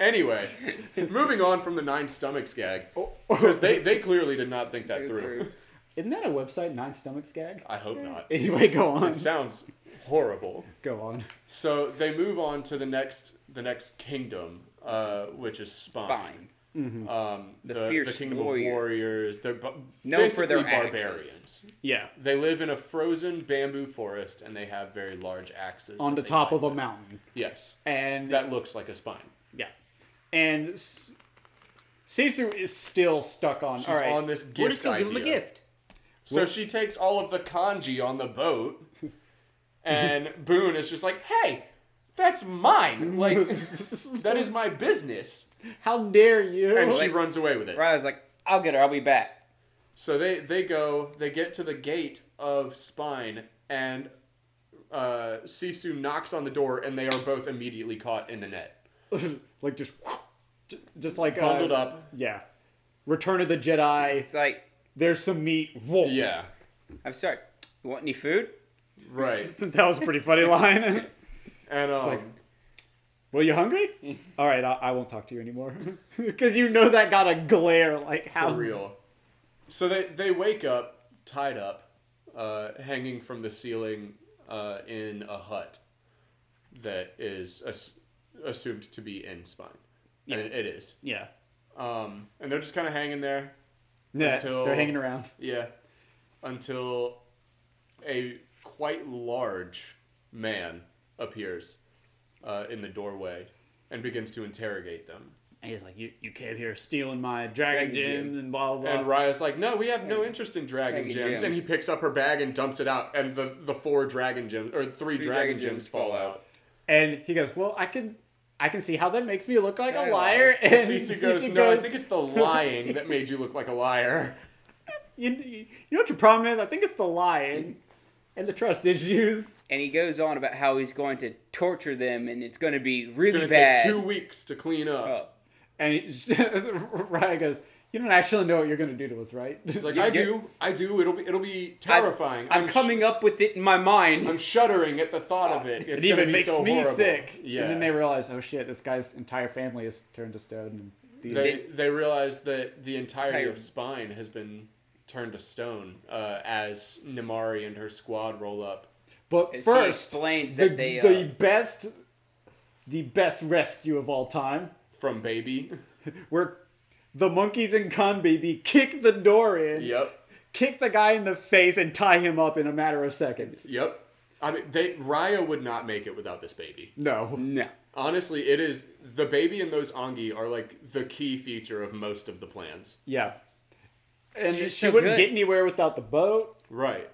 [SPEAKER 3] anyway, moving on from the nine stomachs gag, because they they clearly did not think that through.
[SPEAKER 1] Oh, Isn't that a website? Nine stomachs gag.
[SPEAKER 3] I hope not.
[SPEAKER 1] Anyway, go on.
[SPEAKER 3] It sounds horrible.
[SPEAKER 1] Go on.
[SPEAKER 3] So they move on to the next the next kingdom, uh, which is Spine.
[SPEAKER 2] Fine.
[SPEAKER 3] Um, the, the
[SPEAKER 2] fierce
[SPEAKER 3] kingdom
[SPEAKER 2] warrior.
[SPEAKER 3] of warriors. They're bu-
[SPEAKER 2] Known for their
[SPEAKER 3] basically
[SPEAKER 2] axes.
[SPEAKER 3] barbarians.
[SPEAKER 1] Yeah,
[SPEAKER 3] They live in a frozen bamboo forest, and they have very large axes
[SPEAKER 1] on
[SPEAKER 3] that
[SPEAKER 1] the
[SPEAKER 3] they
[SPEAKER 1] top of
[SPEAKER 3] find
[SPEAKER 1] a
[SPEAKER 3] them.
[SPEAKER 1] mountain,
[SPEAKER 3] Yes,
[SPEAKER 1] and
[SPEAKER 3] that looks like a spine.
[SPEAKER 1] yeah, and S- Sisu is still stuck on.
[SPEAKER 3] She's
[SPEAKER 1] all right,
[SPEAKER 3] on this gift
[SPEAKER 2] We're just gonna
[SPEAKER 3] idea.
[SPEAKER 2] give him a gift.
[SPEAKER 3] So she takes all of the kanji on the boat, and Boone is just like, "Hey, that's mine. Like, that is my business."
[SPEAKER 1] how dare you?
[SPEAKER 3] And she runs away with it.
[SPEAKER 2] Ryan's like, I'll get her. I'll be back.
[SPEAKER 3] So they they go, they get to the gate of Spine, and uh, Sisu knocks on the door, and they are both immediately caught in the net,
[SPEAKER 1] like just, just like uh,
[SPEAKER 3] bundled up.
[SPEAKER 1] Yeah, Return of the Jedi.
[SPEAKER 2] It's like,
[SPEAKER 1] There's some meat. Whoa.
[SPEAKER 3] Yeah,
[SPEAKER 2] I'm sorry. You want any food?
[SPEAKER 3] right.
[SPEAKER 1] that was a pretty funny line.
[SPEAKER 3] And um,
[SPEAKER 1] like- Well, you hungry? All right, I, I won't talk to you anymore because you know that got a glare. Like how?
[SPEAKER 3] for real. So they they wake up tied up, uh, hanging from the ceiling uh, in a hut that is as- assumed to be in Spine,
[SPEAKER 1] Yeah.
[SPEAKER 3] and it is.
[SPEAKER 1] Yeah.
[SPEAKER 3] Um, and they're just kind of hanging there.
[SPEAKER 1] Yeah,
[SPEAKER 3] Until-
[SPEAKER 1] they're hanging around.
[SPEAKER 3] Yeah. Until a quite large man appears uh, in the doorway and begins to interrogate them.
[SPEAKER 1] And he's like, "You you came here stealing my dragon,
[SPEAKER 2] Dragon
[SPEAKER 1] gems
[SPEAKER 2] gem.
[SPEAKER 1] and blah blah."
[SPEAKER 3] And
[SPEAKER 1] blah.
[SPEAKER 3] Raya's like, no, we have no interest in dragon
[SPEAKER 2] Dragon
[SPEAKER 3] gems.
[SPEAKER 2] gems.
[SPEAKER 3] And he picks up her bag and dumps it out. And the, the four dragon gems, or three, dragon,
[SPEAKER 2] dragon
[SPEAKER 3] gems,
[SPEAKER 2] gems
[SPEAKER 3] fall
[SPEAKER 2] fall
[SPEAKER 3] out.
[SPEAKER 2] out.
[SPEAKER 1] And he goes, "Well, I can I can see how that makes me look like
[SPEAKER 2] Yeah,
[SPEAKER 1] a liar. And
[SPEAKER 3] Cece goes, no, I
[SPEAKER 1] goes,
[SPEAKER 3] think it's the lying that made you look like a liar.
[SPEAKER 1] you, you know what your problem is? I think it's the lying and the trust issues.
[SPEAKER 2] And he goes on about how he's going to torture them and it's going to be
[SPEAKER 3] It's
[SPEAKER 2] really
[SPEAKER 3] gonna
[SPEAKER 2] bad.
[SPEAKER 3] take two weeks to clean up.
[SPEAKER 2] Oh.
[SPEAKER 1] And he, Ryan goes, you don't actually know what you're going to do to us, right?
[SPEAKER 3] He's like,
[SPEAKER 2] Yeah,
[SPEAKER 3] I
[SPEAKER 2] yeah.
[SPEAKER 3] do, I do. It'll be, it'll be
[SPEAKER 2] I-
[SPEAKER 3] terrifying.
[SPEAKER 2] I'm,
[SPEAKER 3] sh-
[SPEAKER 2] coming up with it in my mind.
[SPEAKER 3] I'm shuddering at the thought of it. It's
[SPEAKER 1] it
[SPEAKER 3] gonna
[SPEAKER 1] even
[SPEAKER 3] be
[SPEAKER 1] makes
[SPEAKER 3] so
[SPEAKER 1] me
[SPEAKER 3] horrible.
[SPEAKER 1] sick.
[SPEAKER 3] Yeah.
[SPEAKER 1] And then they realize, oh shit, this guy's entire family is turned to stone. And the,
[SPEAKER 3] they they realize that the entirety
[SPEAKER 2] Entire-
[SPEAKER 3] of Spine has been turned to stone uh, as Namari and her squad roll up.
[SPEAKER 1] but
[SPEAKER 2] As he
[SPEAKER 1] first,
[SPEAKER 2] explains
[SPEAKER 1] the,
[SPEAKER 2] that they,
[SPEAKER 1] the
[SPEAKER 2] uh,
[SPEAKER 1] best, the best rescue of all time,
[SPEAKER 3] From baby.
[SPEAKER 1] where the monkeys and con baby kick the door in,
[SPEAKER 3] Yep.
[SPEAKER 1] kick the guy in the face, and tie him up in a matter of seconds.
[SPEAKER 3] Yep. I mean, they Raya would not make it without this baby.
[SPEAKER 1] No,
[SPEAKER 2] No.
[SPEAKER 3] Honestly, it is the baby and those Angi are like the key feature of most of the plans.
[SPEAKER 1] yeah, and she
[SPEAKER 2] just so
[SPEAKER 1] wouldn't
[SPEAKER 2] good.
[SPEAKER 1] get anywhere without the boat.
[SPEAKER 3] Right.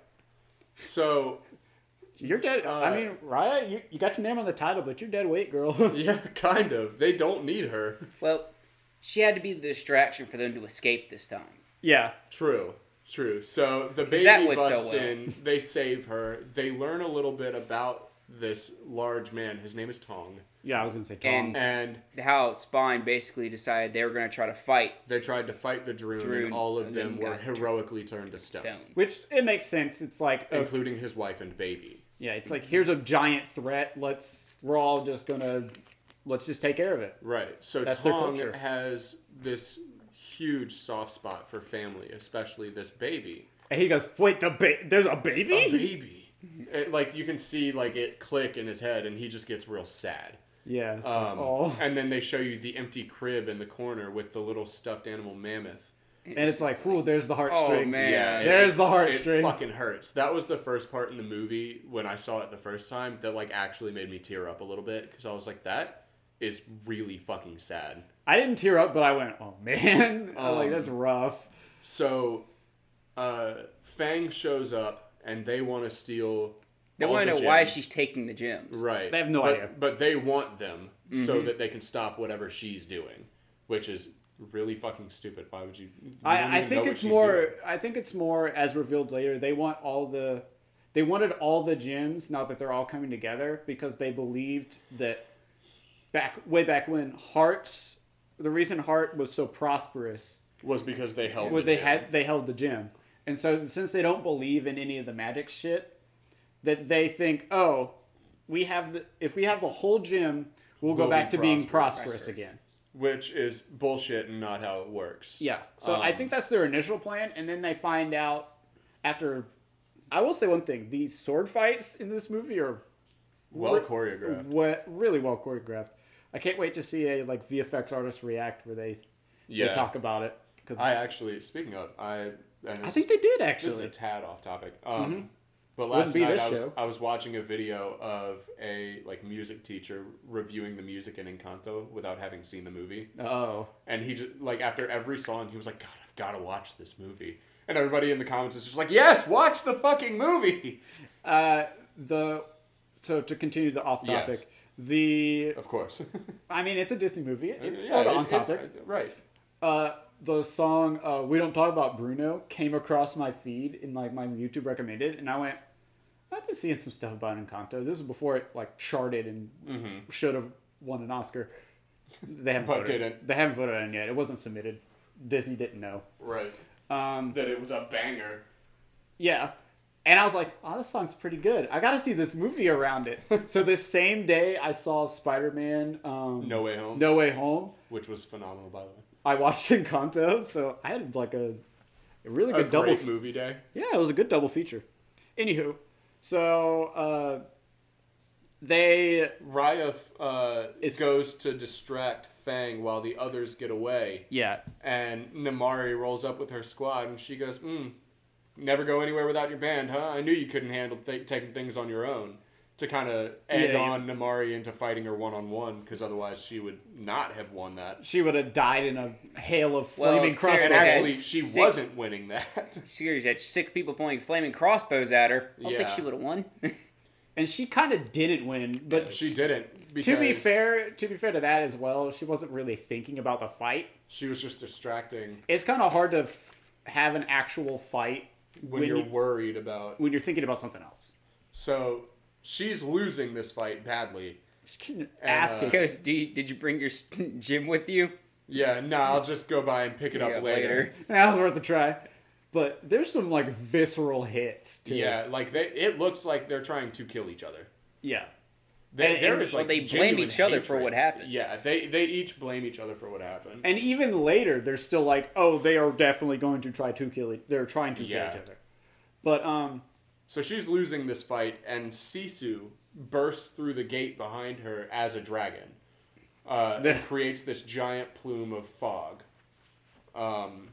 [SPEAKER 3] So
[SPEAKER 1] You're dead. I
[SPEAKER 3] Uh,
[SPEAKER 1] mean, Raya, you, you got your name on the title, but you're dead weight, girl.
[SPEAKER 3] yeah, kind of. They don't need her.
[SPEAKER 2] Well, she had to be the distraction for them to escape this time.
[SPEAKER 1] yeah,
[SPEAKER 3] True. True. So the
[SPEAKER 2] that
[SPEAKER 3] baby
[SPEAKER 2] went so
[SPEAKER 3] busts
[SPEAKER 2] well.
[SPEAKER 3] in, they save her, they learn a little bit about this large man. His name is Tong.
[SPEAKER 1] yeah. I was gonna say Tom.
[SPEAKER 2] And-
[SPEAKER 3] And
[SPEAKER 2] How Spine basically decided they were going to try to fight
[SPEAKER 3] they tried to fight the Droon,
[SPEAKER 2] Droon,
[SPEAKER 3] and all of
[SPEAKER 2] and
[SPEAKER 3] them
[SPEAKER 2] then
[SPEAKER 3] were
[SPEAKER 2] got tur-
[SPEAKER 3] heroically turned to stone,
[SPEAKER 2] Stone.
[SPEAKER 1] Which it makes sense. It's like oh,
[SPEAKER 3] including his wife and baby.
[SPEAKER 1] yeah, it's like here's a giant threat. Let's we're all just gonna let's just take care of it.
[SPEAKER 3] Right. So
[SPEAKER 1] That's their
[SPEAKER 3] Tong
[SPEAKER 1] culture.
[SPEAKER 3] has this huge soft spot for family, especially this baby.
[SPEAKER 1] And he goes, wait, the ba- there's a baby.
[SPEAKER 3] A baby. It- like you can see like it click in his head and he just gets real sad.
[SPEAKER 1] Yeah. It's like,
[SPEAKER 3] Um,
[SPEAKER 1] oh.
[SPEAKER 3] And then they show you the empty crib in the corner with the little stuffed animal mammoth.
[SPEAKER 1] And it's like, ooh, there's the
[SPEAKER 2] oh
[SPEAKER 1] heartstring.
[SPEAKER 2] man,
[SPEAKER 3] Yeah,
[SPEAKER 1] There's the
[SPEAKER 3] It
[SPEAKER 1] heartstring.
[SPEAKER 3] fucking hurts. That was the first part in the movie when I saw it the first time that like actually made me tear up a little bit because I was like, that is really fucking sad.
[SPEAKER 1] I didn't tear up, but I went, oh man. I'm like
[SPEAKER 3] Um,
[SPEAKER 1] that's rough.
[SPEAKER 3] So, uh, Fang shows up and they want to steal.
[SPEAKER 2] they
[SPEAKER 3] all
[SPEAKER 2] want to
[SPEAKER 3] the
[SPEAKER 2] know why
[SPEAKER 3] gems.
[SPEAKER 2] she's taking the gems.
[SPEAKER 3] Right.
[SPEAKER 1] They have no
[SPEAKER 3] but,
[SPEAKER 1] idea.
[SPEAKER 3] But they want them
[SPEAKER 2] Mm-hmm.
[SPEAKER 3] so that they can stop whatever she's doing, which is really fucking stupid. Why would you? you don't
[SPEAKER 1] I, I
[SPEAKER 3] even
[SPEAKER 1] think
[SPEAKER 3] know what
[SPEAKER 1] it's
[SPEAKER 3] she's
[SPEAKER 1] more.
[SPEAKER 3] doing.
[SPEAKER 1] I think it's more as revealed later. They want all the. They wanted all the gems. Now that they're all coming together, because they believed that back way back when hearts, the reason heart was so prosperous
[SPEAKER 3] was because they held.
[SPEAKER 1] Well,
[SPEAKER 3] it
[SPEAKER 1] they
[SPEAKER 3] down.
[SPEAKER 1] had they held the gym, and so since they don't believe in any of the magic shit, that they think, oh, we have the if we have the whole gym, we'll, go
[SPEAKER 3] We'll be
[SPEAKER 1] back to being
[SPEAKER 3] prosperous.
[SPEAKER 1] prosperous again.
[SPEAKER 3] which is bullshit and not how it works.
[SPEAKER 1] Yeah. So I
[SPEAKER 3] Um,
[SPEAKER 1] think that's their initial plan, and then they find out after. I will say one thing: these sword fights in this movie are
[SPEAKER 3] well choreographed.
[SPEAKER 1] what really well choreographed. I can't wait to see a like VFX artist react where they
[SPEAKER 3] Yeah.
[SPEAKER 1] they talk about it because
[SPEAKER 3] I
[SPEAKER 1] I,
[SPEAKER 3] actually, speaking of, I and
[SPEAKER 1] think they did
[SPEAKER 3] this is
[SPEAKER 1] actually. Mm-hmm.
[SPEAKER 3] a tad off topic. Um, But
[SPEAKER 1] Wouldn't
[SPEAKER 3] last
[SPEAKER 1] be
[SPEAKER 3] night
[SPEAKER 1] this
[SPEAKER 3] I was
[SPEAKER 1] show.
[SPEAKER 3] I was watching a video of a like music teacher reviewing the music in Encanto without having seen the movie,
[SPEAKER 1] oh,
[SPEAKER 3] and he just like after every song he was like, God, I've got to watch this movie. And everybody in the comments is just like, yes, watch the fucking movie.
[SPEAKER 1] Uh, the so to continue the off topic,
[SPEAKER 3] Yes.
[SPEAKER 1] the
[SPEAKER 3] Of course.
[SPEAKER 1] I mean it's a Disney movie. It's
[SPEAKER 3] Yeah,
[SPEAKER 1] sort of
[SPEAKER 3] it-
[SPEAKER 1] on
[SPEAKER 3] it's-
[SPEAKER 1] topic.
[SPEAKER 3] right.
[SPEAKER 1] uh, the song uh, "We Don't Talk About Bruno" came across my feed in like my YouTube recommended, and I went, "I've been seeing some stuff about Encanto." This is before it like charted and should have won an Oscar. They haven't
[SPEAKER 3] Mm-hmm. But
[SPEAKER 1] voted.
[SPEAKER 3] didn't.
[SPEAKER 1] They haven't voted on it yet. It wasn't submitted. Disney didn't know.
[SPEAKER 3] Right.
[SPEAKER 1] Um,
[SPEAKER 3] That it was a banger.
[SPEAKER 1] Yeah. And I was like, oh, this song's pretty good. I got to see this movie around it. so this same day, I saw Spider Man um,
[SPEAKER 3] No way home.
[SPEAKER 1] No Way Home.
[SPEAKER 3] Which was phenomenal, by the way.
[SPEAKER 1] I watched Encanto. So I had like a, a really
[SPEAKER 3] A
[SPEAKER 1] good double.
[SPEAKER 3] great movie day.
[SPEAKER 1] Yeah, it was a good double feature. Anywho, so uh, they.
[SPEAKER 3] Raya uh,
[SPEAKER 1] Is-
[SPEAKER 3] goes to distract Fang while the others get away,
[SPEAKER 1] Yeah.
[SPEAKER 3] and Namari rolls up with her squad, and she goes, mm, "Never go anywhere without your band, huh? I knew you couldn't handle th- taking things on your own." To kind of add
[SPEAKER 1] Yeah, you-
[SPEAKER 3] on Namari into fighting her one on one, because otherwise she would not have won that.
[SPEAKER 1] She would have died in a hail of
[SPEAKER 2] Well,
[SPEAKER 1] flaming
[SPEAKER 2] Sarah
[SPEAKER 1] crossbows.
[SPEAKER 3] And
[SPEAKER 2] Okay.
[SPEAKER 3] actually, she
[SPEAKER 2] Sick.
[SPEAKER 3] wasn't winning that.
[SPEAKER 2] She already had sick people pulling flaming crossbows at her. I don't
[SPEAKER 3] Yeah. Uh,
[SPEAKER 2] think she would have won.
[SPEAKER 1] and she kind of didn't win, but
[SPEAKER 3] she didn't.
[SPEAKER 1] to be
[SPEAKER 3] because
[SPEAKER 1] fair, to be fair to that as well, she wasn't really thinking about the fight.
[SPEAKER 3] she was just distracting
[SPEAKER 1] It's kind of hard to f- have an actual fight
[SPEAKER 3] when,
[SPEAKER 1] When
[SPEAKER 3] you're
[SPEAKER 1] you-
[SPEAKER 3] worried about.
[SPEAKER 1] when you're thinking about something else.
[SPEAKER 3] So she's losing this fight badly.
[SPEAKER 1] Just couldn't ask
[SPEAKER 3] uh,
[SPEAKER 1] it.
[SPEAKER 2] Because do you, did you bring your s- gym with you?
[SPEAKER 3] Yeah, no, I'll just go by and pick it
[SPEAKER 2] Yeah,
[SPEAKER 3] up later.
[SPEAKER 1] That was worth a try. But there's some like visceral hits too.
[SPEAKER 3] Yeah, like they, it looks like they're trying to kill each other.
[SPEAKER 1] Yeah.
[SPEAKER 3] They,
[SPEAKER 2] And-
[SPEAKER 3] there
[SPEAKER 2] and
[SPEAKER 3] is, like,
[SPEAKER 2] they blame
[SPEAKER 3] genuine
[SPEAKER 2] each other for
[SPEAKER 3] hatred.
[SPEAKER 2] what happened.
[SPEAKER 3] Yeah, they they each blame each other for what happened.
[SPEAKER 1] And even later, they're still like, oh, they are definitely going to try to kill. E- they're trying to kill
[SPEAKER 3] Yeah.
[SPEAKER 1] each other. But um,
[SPEAKER 3] So she's losing this fight, and Sisu bursts through the gate behind her as a dragon. Uh, and creates this giant plume of fog um,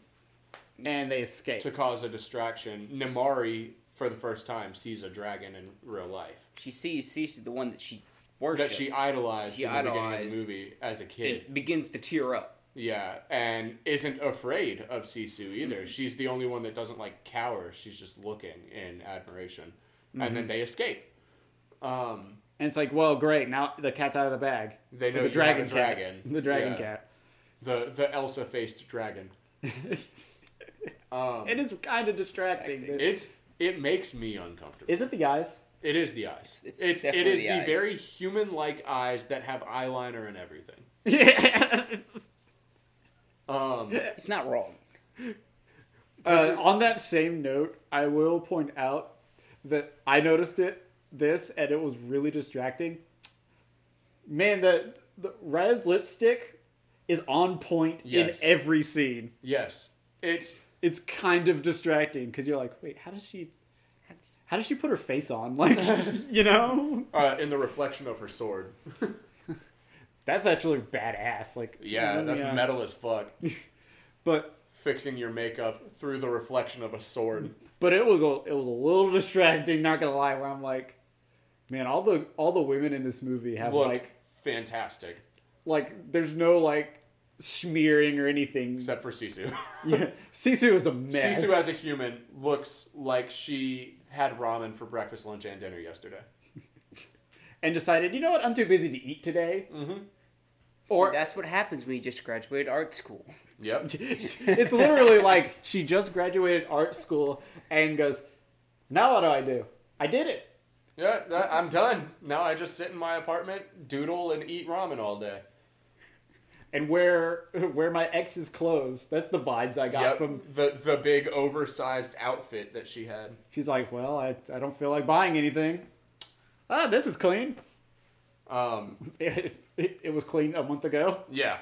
[SPEAKER 1] and they escape.
[SPEAKER 3] to cause a distraction. Namari, for the first time, sees a dragon in real life
[SPEAKER 2] She sees Cece, the one that she
[SPEAKER 3] that
[SPEAKER 2] worshipped.
[SPEAKER 3] she idolized
[SPEAKER 2] She
[SPEAKER 3] in the beginning of
[SPEAKER 2] idolized.
[SPEAKER 3] the movie as a kid.
[SPEAKER 2] it begins to tear up.
[SPEAKER 3] Yeah, and isn't afraid of Sisu either. She's the only one that doesn't like cower. She's just looking in admiration, and then they escape. Um,
[SPEAKER 1] And it's like, well, great. Now the cat's out of the bag.
[SPEAKER 3] They know
[SPEAKER 1] the
[SPEAKER 3] you
[SPEAKER 1] dragon
[SPEAKER 3] have a
[SPEAKER 1] cat.
[SPEAKER 3] dragon.
[SPEAKER 1] The dragon
[SPEAKER 3] Yeah.
[SPEAKER 1] cat.
[SPEAKER 3] The the Elsa faced dragon.
[SPEAKER 1] It is kind of distracting. but-
[SPEAKER 3] It's Um, it makes me uncomfortable.
[SPEAKER 1] Is it the guys?
[SPEAKER 3] it is the eyes. It's,
[SPEAKER 2] It's- it's
[SPEAKER 3] it's it
[SPEAKER 2] definitely
[SPEAKER 3] is
[SPEAKER 2] the
[SPEAKER 3] the,
[SPEAKER 2] eyes.
[SPEAKER 3] very human like eyes that have eyeliner and everything. Um,
[SPEAKER 2] It's not wrong.
[SPEAKER 1] Uh, on that same note, I will point out that I noticed it this and it was really distracting. Man, the, the Rez lipstick is on point
[SPEAKER 3] Yes.
[SPEAKER 1] in every scene.
[SPEAKER 3] yes, it's
[SPEAKER 1] It's kind of distracting because you're like, wait, how does she? How does she put her face on? Like, you know,
[SPEAKER 3] uh, in the reflection of her sword.
[SPEAKER 1] that's actually badass. Like,
[SPEAKER 3] Yeah, that's
[SPEAKER 1] Mm-hmm. yeah.
[SPEAKER 3] metal as fuck.
[SPEAKER 1] But
[SPEAKER 3] Fixing your makeup through the reflection of a sword.
[SPEAKER 1] but it was a it was a little distracting. Not gonna lie, where I'm like, man, all the all the women in this movie have
[SPEAKER 3] Look
[SPEAKER 1] like
[SPEAKER 3] fantastic,
[SPEAKER 1] like there's no like smearing or anything.
[SPEAKER 3] except for Sisu.
[SPEAKER 1] yeah, Sisu is a mess.
[SPEAKER 3] Sisu as a human looks like she had ramen for breakfast, lunch, and dinner yesterday.
[SPEAKER 1] and decided, you know what, I'm too busy to eat today.
[SPEAKER 3] Mm.
[SPEAKER 1] Mm-hmm. Or
[SPEAKER 2] That's what happens when you just graduated art school.
[SPEAKER 3] Yep.
[SPEAKER 1] it's literally like she just graduated art school and goes, now what do I do? I did it.
[SPEAKER 3] Yeah, that, I'm done. Now I just sit in my apartment, doodle, and eat ramen all day.
[SPEAKER 1] And wear wear my ex's clothes. That's the vibes I got
[SPEAKER 3] Yep,
[SPEAKER 1] from.
[SPEAKER 3] the the big oversized outfit that she had.
[SPEAKER 1] She's like, well, I, I don't feel like buying anything. Ah, this is clean.
[SPEAKER 3] Um,
[SPEAKER 1] It, it, it was clean a month ago,
[SPEAKER 3] yeah,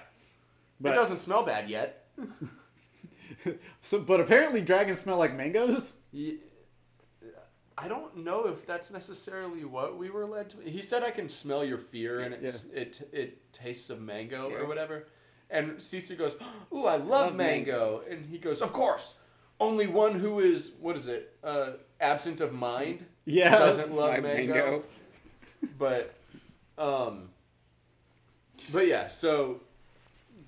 [SPEAKER 1] but
[SPEAKER 3] it doesn't smell bad yet.
[SPEAKER 1] So, but apparently dragons smell like mangoes.
[SPEAKER 3] Y- I don't know if that's necessarily what we were led to. He said, "I can smell your fear, and it's, it it tastes of mango
[SPEAKER 2] Yeah.
[SPEAKER 3] or whatever." And Sisu goes, "Ooh, I love, mango. and he goes, "Of course." Only one who is what is it? Uh, absent of mind
[SPEAKER 1] Yeah.
[SPEAKER 3] doesn't love
[SPEAKER 2] Like
[SPEAKER 3] mango. but um but yeah so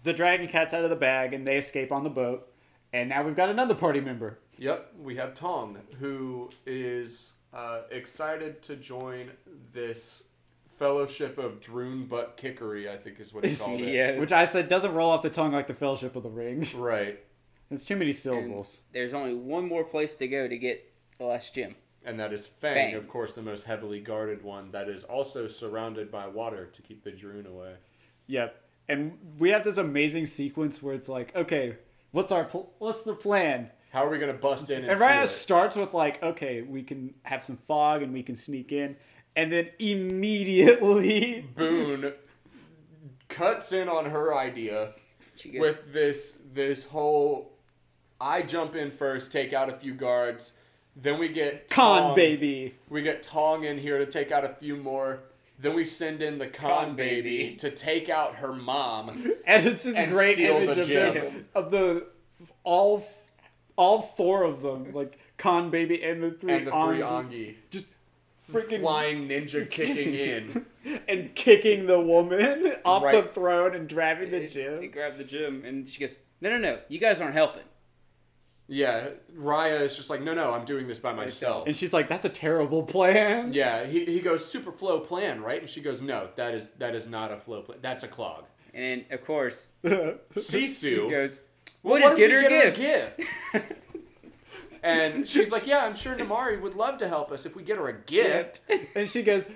[SPEAKER 1] the dragon cat's out of the bag and they escape on the boat and now we've got another party member
[SPEAKER 3] yep we have tong who is uh, excited to join this fellowship of droon butt kickery i think is what he called it
[SPEAKER 2] Yeah.
[SPEAKER 1] which i said doesn't roll off the tongue like the fellowship of the ring
[SPEAKER 3] right
[SPEAKER 1] it's too many
[SPEAKER 2] And
[SPEAKER 1] syllables
[SPEAKER 2] there's only one more place to go to get the last gym.
[SPEAKER 3] and that is fang,
[SPEAKER 2] Fang.
[SPEAKER 3] of course the most heavily guarded one that is also surrounded by water to keep the droon away
[SPEAKER 1] yep and we have this amazing sequence where it's like okay what's our pl- what's the plan
[SPEAKER 3] how are we going to bust in and,
[SPEAKER 1] and right now it
[SPEAKER 3] steal
[SPEAKER 1] starts with like okay we can have some fog and we can sneak in and then immediately
[SPEAKER 3] it? boone cuts in on her idea
[SPEAKER 2] She goes,
[SPEAKER 3] with this this whole I jump in first, take out a few guards, then we get
[SPEAKER 1] con
[SPEAKER 3] Tong-
[SPEAKER 1] baby
[SPEAKER 3] We get Tong in here to take out a few more. Then we send in the con,
[SPEAKER 2] Con baby.
[SPEAKER 3] baby, to take out her mom.
[SPEAKER 1] and it's this
[SPEAKER 3] And
[SPEAKER 1] great
[SPEAKER 3] steal
[SPEAKER 1] image
[SPEAKER 3] the
[SPEAKER 1] of, the,
[SPEAKER 3] gem.
[SPEAKER 1] of the all f- all four of them, like Khan baby and the three
[SPEAKER 3] and the three
[SPEAKER 1] Angi,
[SPEAKER 3] Angi
[SPEAKER 1] just freaking
[SPEAKER 3] flying ninja kicking in.
[SPEAKER 1] and kicking the woman off the
[SPEAKER 3] Right.
[SPEAKER 1] throne and driving the
[SPEAKER 2] They
[SPEAKER 1] gym.
[SPEAKER 2] grab the gym and she goes, No, no, no, you guys aren't helping.
[SPEAKER 3] Yeah, Raya is just like, no, no, I'm doing this by myself.
[SPEAKER 1] And she's like, that's a terrible plan.
[SPEAKER 3] Yeah, he, he goes super flow plan, right? And she goes, no, that is that is not a flow plan. That's a clog.
[SPEAKER 2] And then, of course, he
[SPEAKER 3] Sisu,
[SPEAKER 2] goes, "We'll just
[SPEAKER 3] if
[SPEAKER 2] get
[SPEAKER 3] we
[SPEAKER 2] her a gift."
[SPEAKER 3] gift? and she's like, yeah, I'm sure Namari would love to help us if we get her a gift.
[SPEAKER 1] And she goes,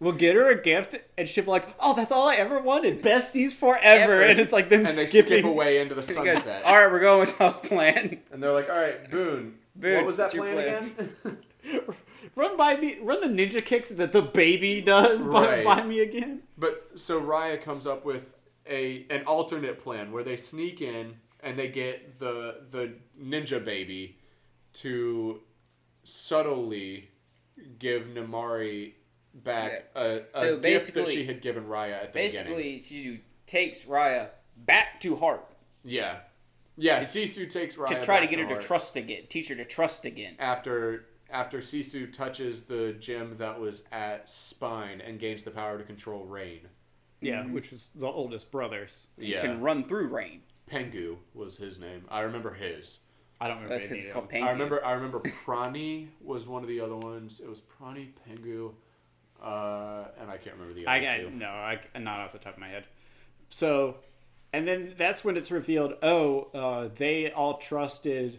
[SPEAKER 1] we'll get her a gift. And she'll be like, oh, that's all I ever wanted. Besties forever.
[SPEAKER 2] Ever.
[SPEAKER 1] And it's like them
[SPEAKER 3] And they
[SPEAKER 1] skipping.
[SPEAKER 3] skip away into the
[SPEAKER 2] He goes,
[SPEAKER 3] sunset.
[SPEAKER 2] "All right, we're going to house plan."
[SPEAKER 3] And they're like, all right, Boone,
[SPEAKER 2] Boone,
[SPEAKER 3] what was that
[SPEAKER 2] what's your
[SPEAKER 3] plan,
[SPEAKER 2] plan?"
[SPEAKER 3] again?
[SPEAKER 1] Run by me. Run the ninja kicks that the baby does by,
[SPEAKER 3] Right.
[SPEAKER 1] by me again.
[SPEAKER 3] but so Raya comes up with a an alternate plan where they sneak in and they get the the ninja baby to subtly give Namari back a, a
[SPEAKER 2] So
[SPEAKER 3] gift that
[SPEAKER 2] basically-
[SPEAKER 3] she had given Raya at the beginning.
[SPEAKER 2] Basically, she takes Raya back to heart
[SPEAKER 3] Yeah. Yeah, Sisu takes Raya
[SPEAKER 2] to try to
[SPEAKER 3] back
[SPEAKER 2] get her to
[SPEAKER 3] Heart
[SPEAKER 2] trust again, teach her to trust again.
[SPEAKER 3] after after Sisu touches the gem that was at Spine and gains the power to control Rain. Mm-hmm.
[SPEAKER 1] Yeah, which is the oldest brothers.
[SPEAKER 3] Yeah.
[SPEAKER 2] Can run through rain.
[SPEAKER 3] Pengu was his name. I remember his.
[SPEAKER 1] I don't remember
[SPEAKER 2] That's 'cause
[SPEAKER 1] any
[SPEAKER 2] it's
[SPEAKER 1] of
[SPEAKER 2] called
[SPEAKER 1] them.
[SPEAKER 2] pain.
[SPEAKER 3] I remember. I remember. Prani was one of the other ones. It was Prani Pengu, uh, and I can't remember the
[SPEAKER 1] I,
[SPEAKER 3] other
[SPEAKER 1] I
[SPEAKER 3] two.
[SPEAKER 1] no, I not off the top of my head. So, and then that's when it's revealed. Oh, uh, they all trusted.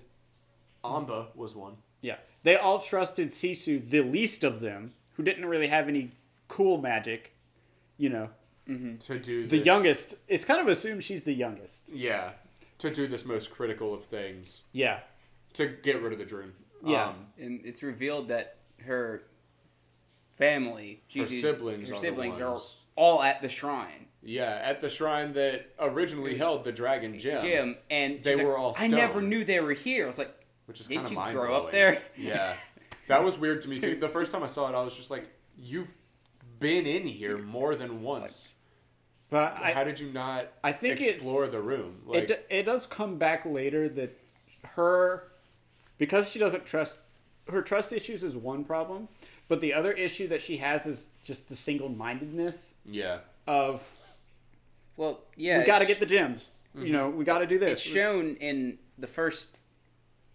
[SPEAKER 3] Amba was one.
[SPEAKER 1] Yeah, they all trusted Sisu, the least of them, who didn't really have any cool magic. You know,
[SPEAKER 3] To do
[SPEAKER 1] the
[SPEAKER 3] this-
[SPEAKER 1] youngest. It's kind of assumed she's the youngest.
[SPEAKER 3] Yeah, to do this most critical of things
[SPEAKER 1] Yeah,
[SPEAKER 3] to get rid of the dream.
[SPEAKER 1] Yeah.
[SPEAKER 3] Um,
[SPEAKER 2] and it's revealed that her family,
[SPEAKER 3] her
[SPEAKER 2] Jisoo's-
[SPEAKER 3] siblings.
[SPEAKER 2] her
[SPEAKER 3] are the
[SPEAKER 2] siblings are
[SPEAKER 3] ones-
[SPEAKER 2] all at the shrine
[SPEAKER 3] Yeah, at the shrine that originally held the dragon gem,
[SPEAKER 2] gym, and
[SPEAKER 3] They
[SPEAKER 2] she's like,
[SPEAKER 3] were all
[SPEAKER 2] I never
[SPEAKER 3] stoned."
[SPEAKER 2] knew they were here. I was like,
[SPEAKER 3] which is
[SPEAKER 2] Didn't
[SPEAKER 3] kind of
[SPEAKER 2] you
[SPEAKER 3] mind
[SPEAKER 2] grow up there?
[SPEAKER 3] Yeah, that was weird to me too. The first time I saw it, I was just like, "You've been in here more than once.
[SPEAKER 1] but I,
[SPEAKER 3] How did you not
[SPEAKER 1] I think it's-
[SPEAKER 3] explore the room?"
[SPEAKER 1] it, do- it does come back later that her because she doesn't trust her trust issues is one problem but the other issue that she has is just the single-mindedness
[SPEAKER 3] Yeah.
[SPEAKER 1] of
[SPEAKER 2] well, yeah,
[SPEAKER 1] we got to
[SPEAKER 2] it's-
[SPEAKER 1] get
[SPEAKER 2] Mm-hmm.
[SPEAKER 1] the gems you know we got to do this
[SPEAKER 2] It's shown in the first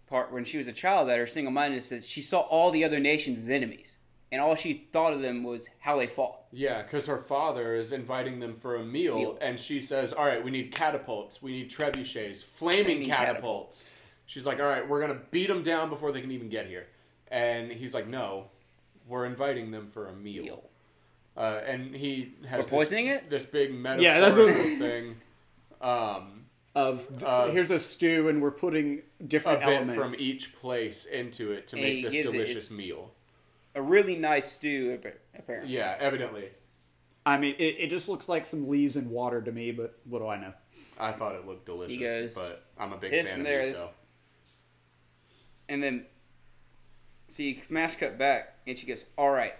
[SPEAKER 2] part when she was a child that her single mindedness that she saw all the other nations as enemies, and all she thought of them was how they fought.
[SPEAKER 3] Yeah, because her father is inviting them for a meal,
[SPEAKER 2] Meal.
[SPEAKER 3] and she says, All right, we need catapults, we need trebuchets, flaming,
[SPEAKER 2] Flaming
[SPEAKER 3] catapults. She's like, All right, we're going to beat them down before they can even get here. And he's like, No, we're inviting them for a meal.
[SPEAKER 2] Meal.
[SPEAKER 3] Uh, and he has
[SPEAKER 2] We're poisoning
[SPEAKER 3] this,
[SPEAKER 2] it?
[SPEAKER 3] this big metaphorical
[SPEAKER 1] Yeah, that's a-
[SPEAKER 3] thing. Um,
[SPEAKER 1] of th-
[SPEAKER 3] Uh,
[SPEAKER 1] here's a stew and we're putting
[SPEAKER 3] a
[SPEAKER 1] different
[SPEAKER 3] bit
[SPEAKER 1] elements
[SPEAKER 3] from each place into it to
[SPEAKER 2] And
[SPEAKER 3] make
[SPEAKER 2] he
[SPEAKER 3] this
[SPEAKER 2] gives it
[SPEAKER 3] delicious
[SPEAKER 2] its-
[SPEAKER 3] meal.
[SPEAKER 2] A really nice stew, appa- apparently.
[SPEAKER 3] Yeah, evidently.
[SPEAKER 1] i mean it, it just looks like some leaves and water to me but what do i know
[SPEAKER 3] I thought it looked delicious,
[SPEAKER 2] goes,
[SPEAKER 3] but I'm a big
[SPEAKER 2] "This
[SPEAKER 3] fan
[SPEAKER 2] from
[SPEAKER 3] of
[SPEAKER 2] there,
[SPEAKER 3] these,
[SPEAKER 2] this-
[SPEAKER 3] so.
[SPEAKER 2] And then, so you smash cut back, and she goes, "All right,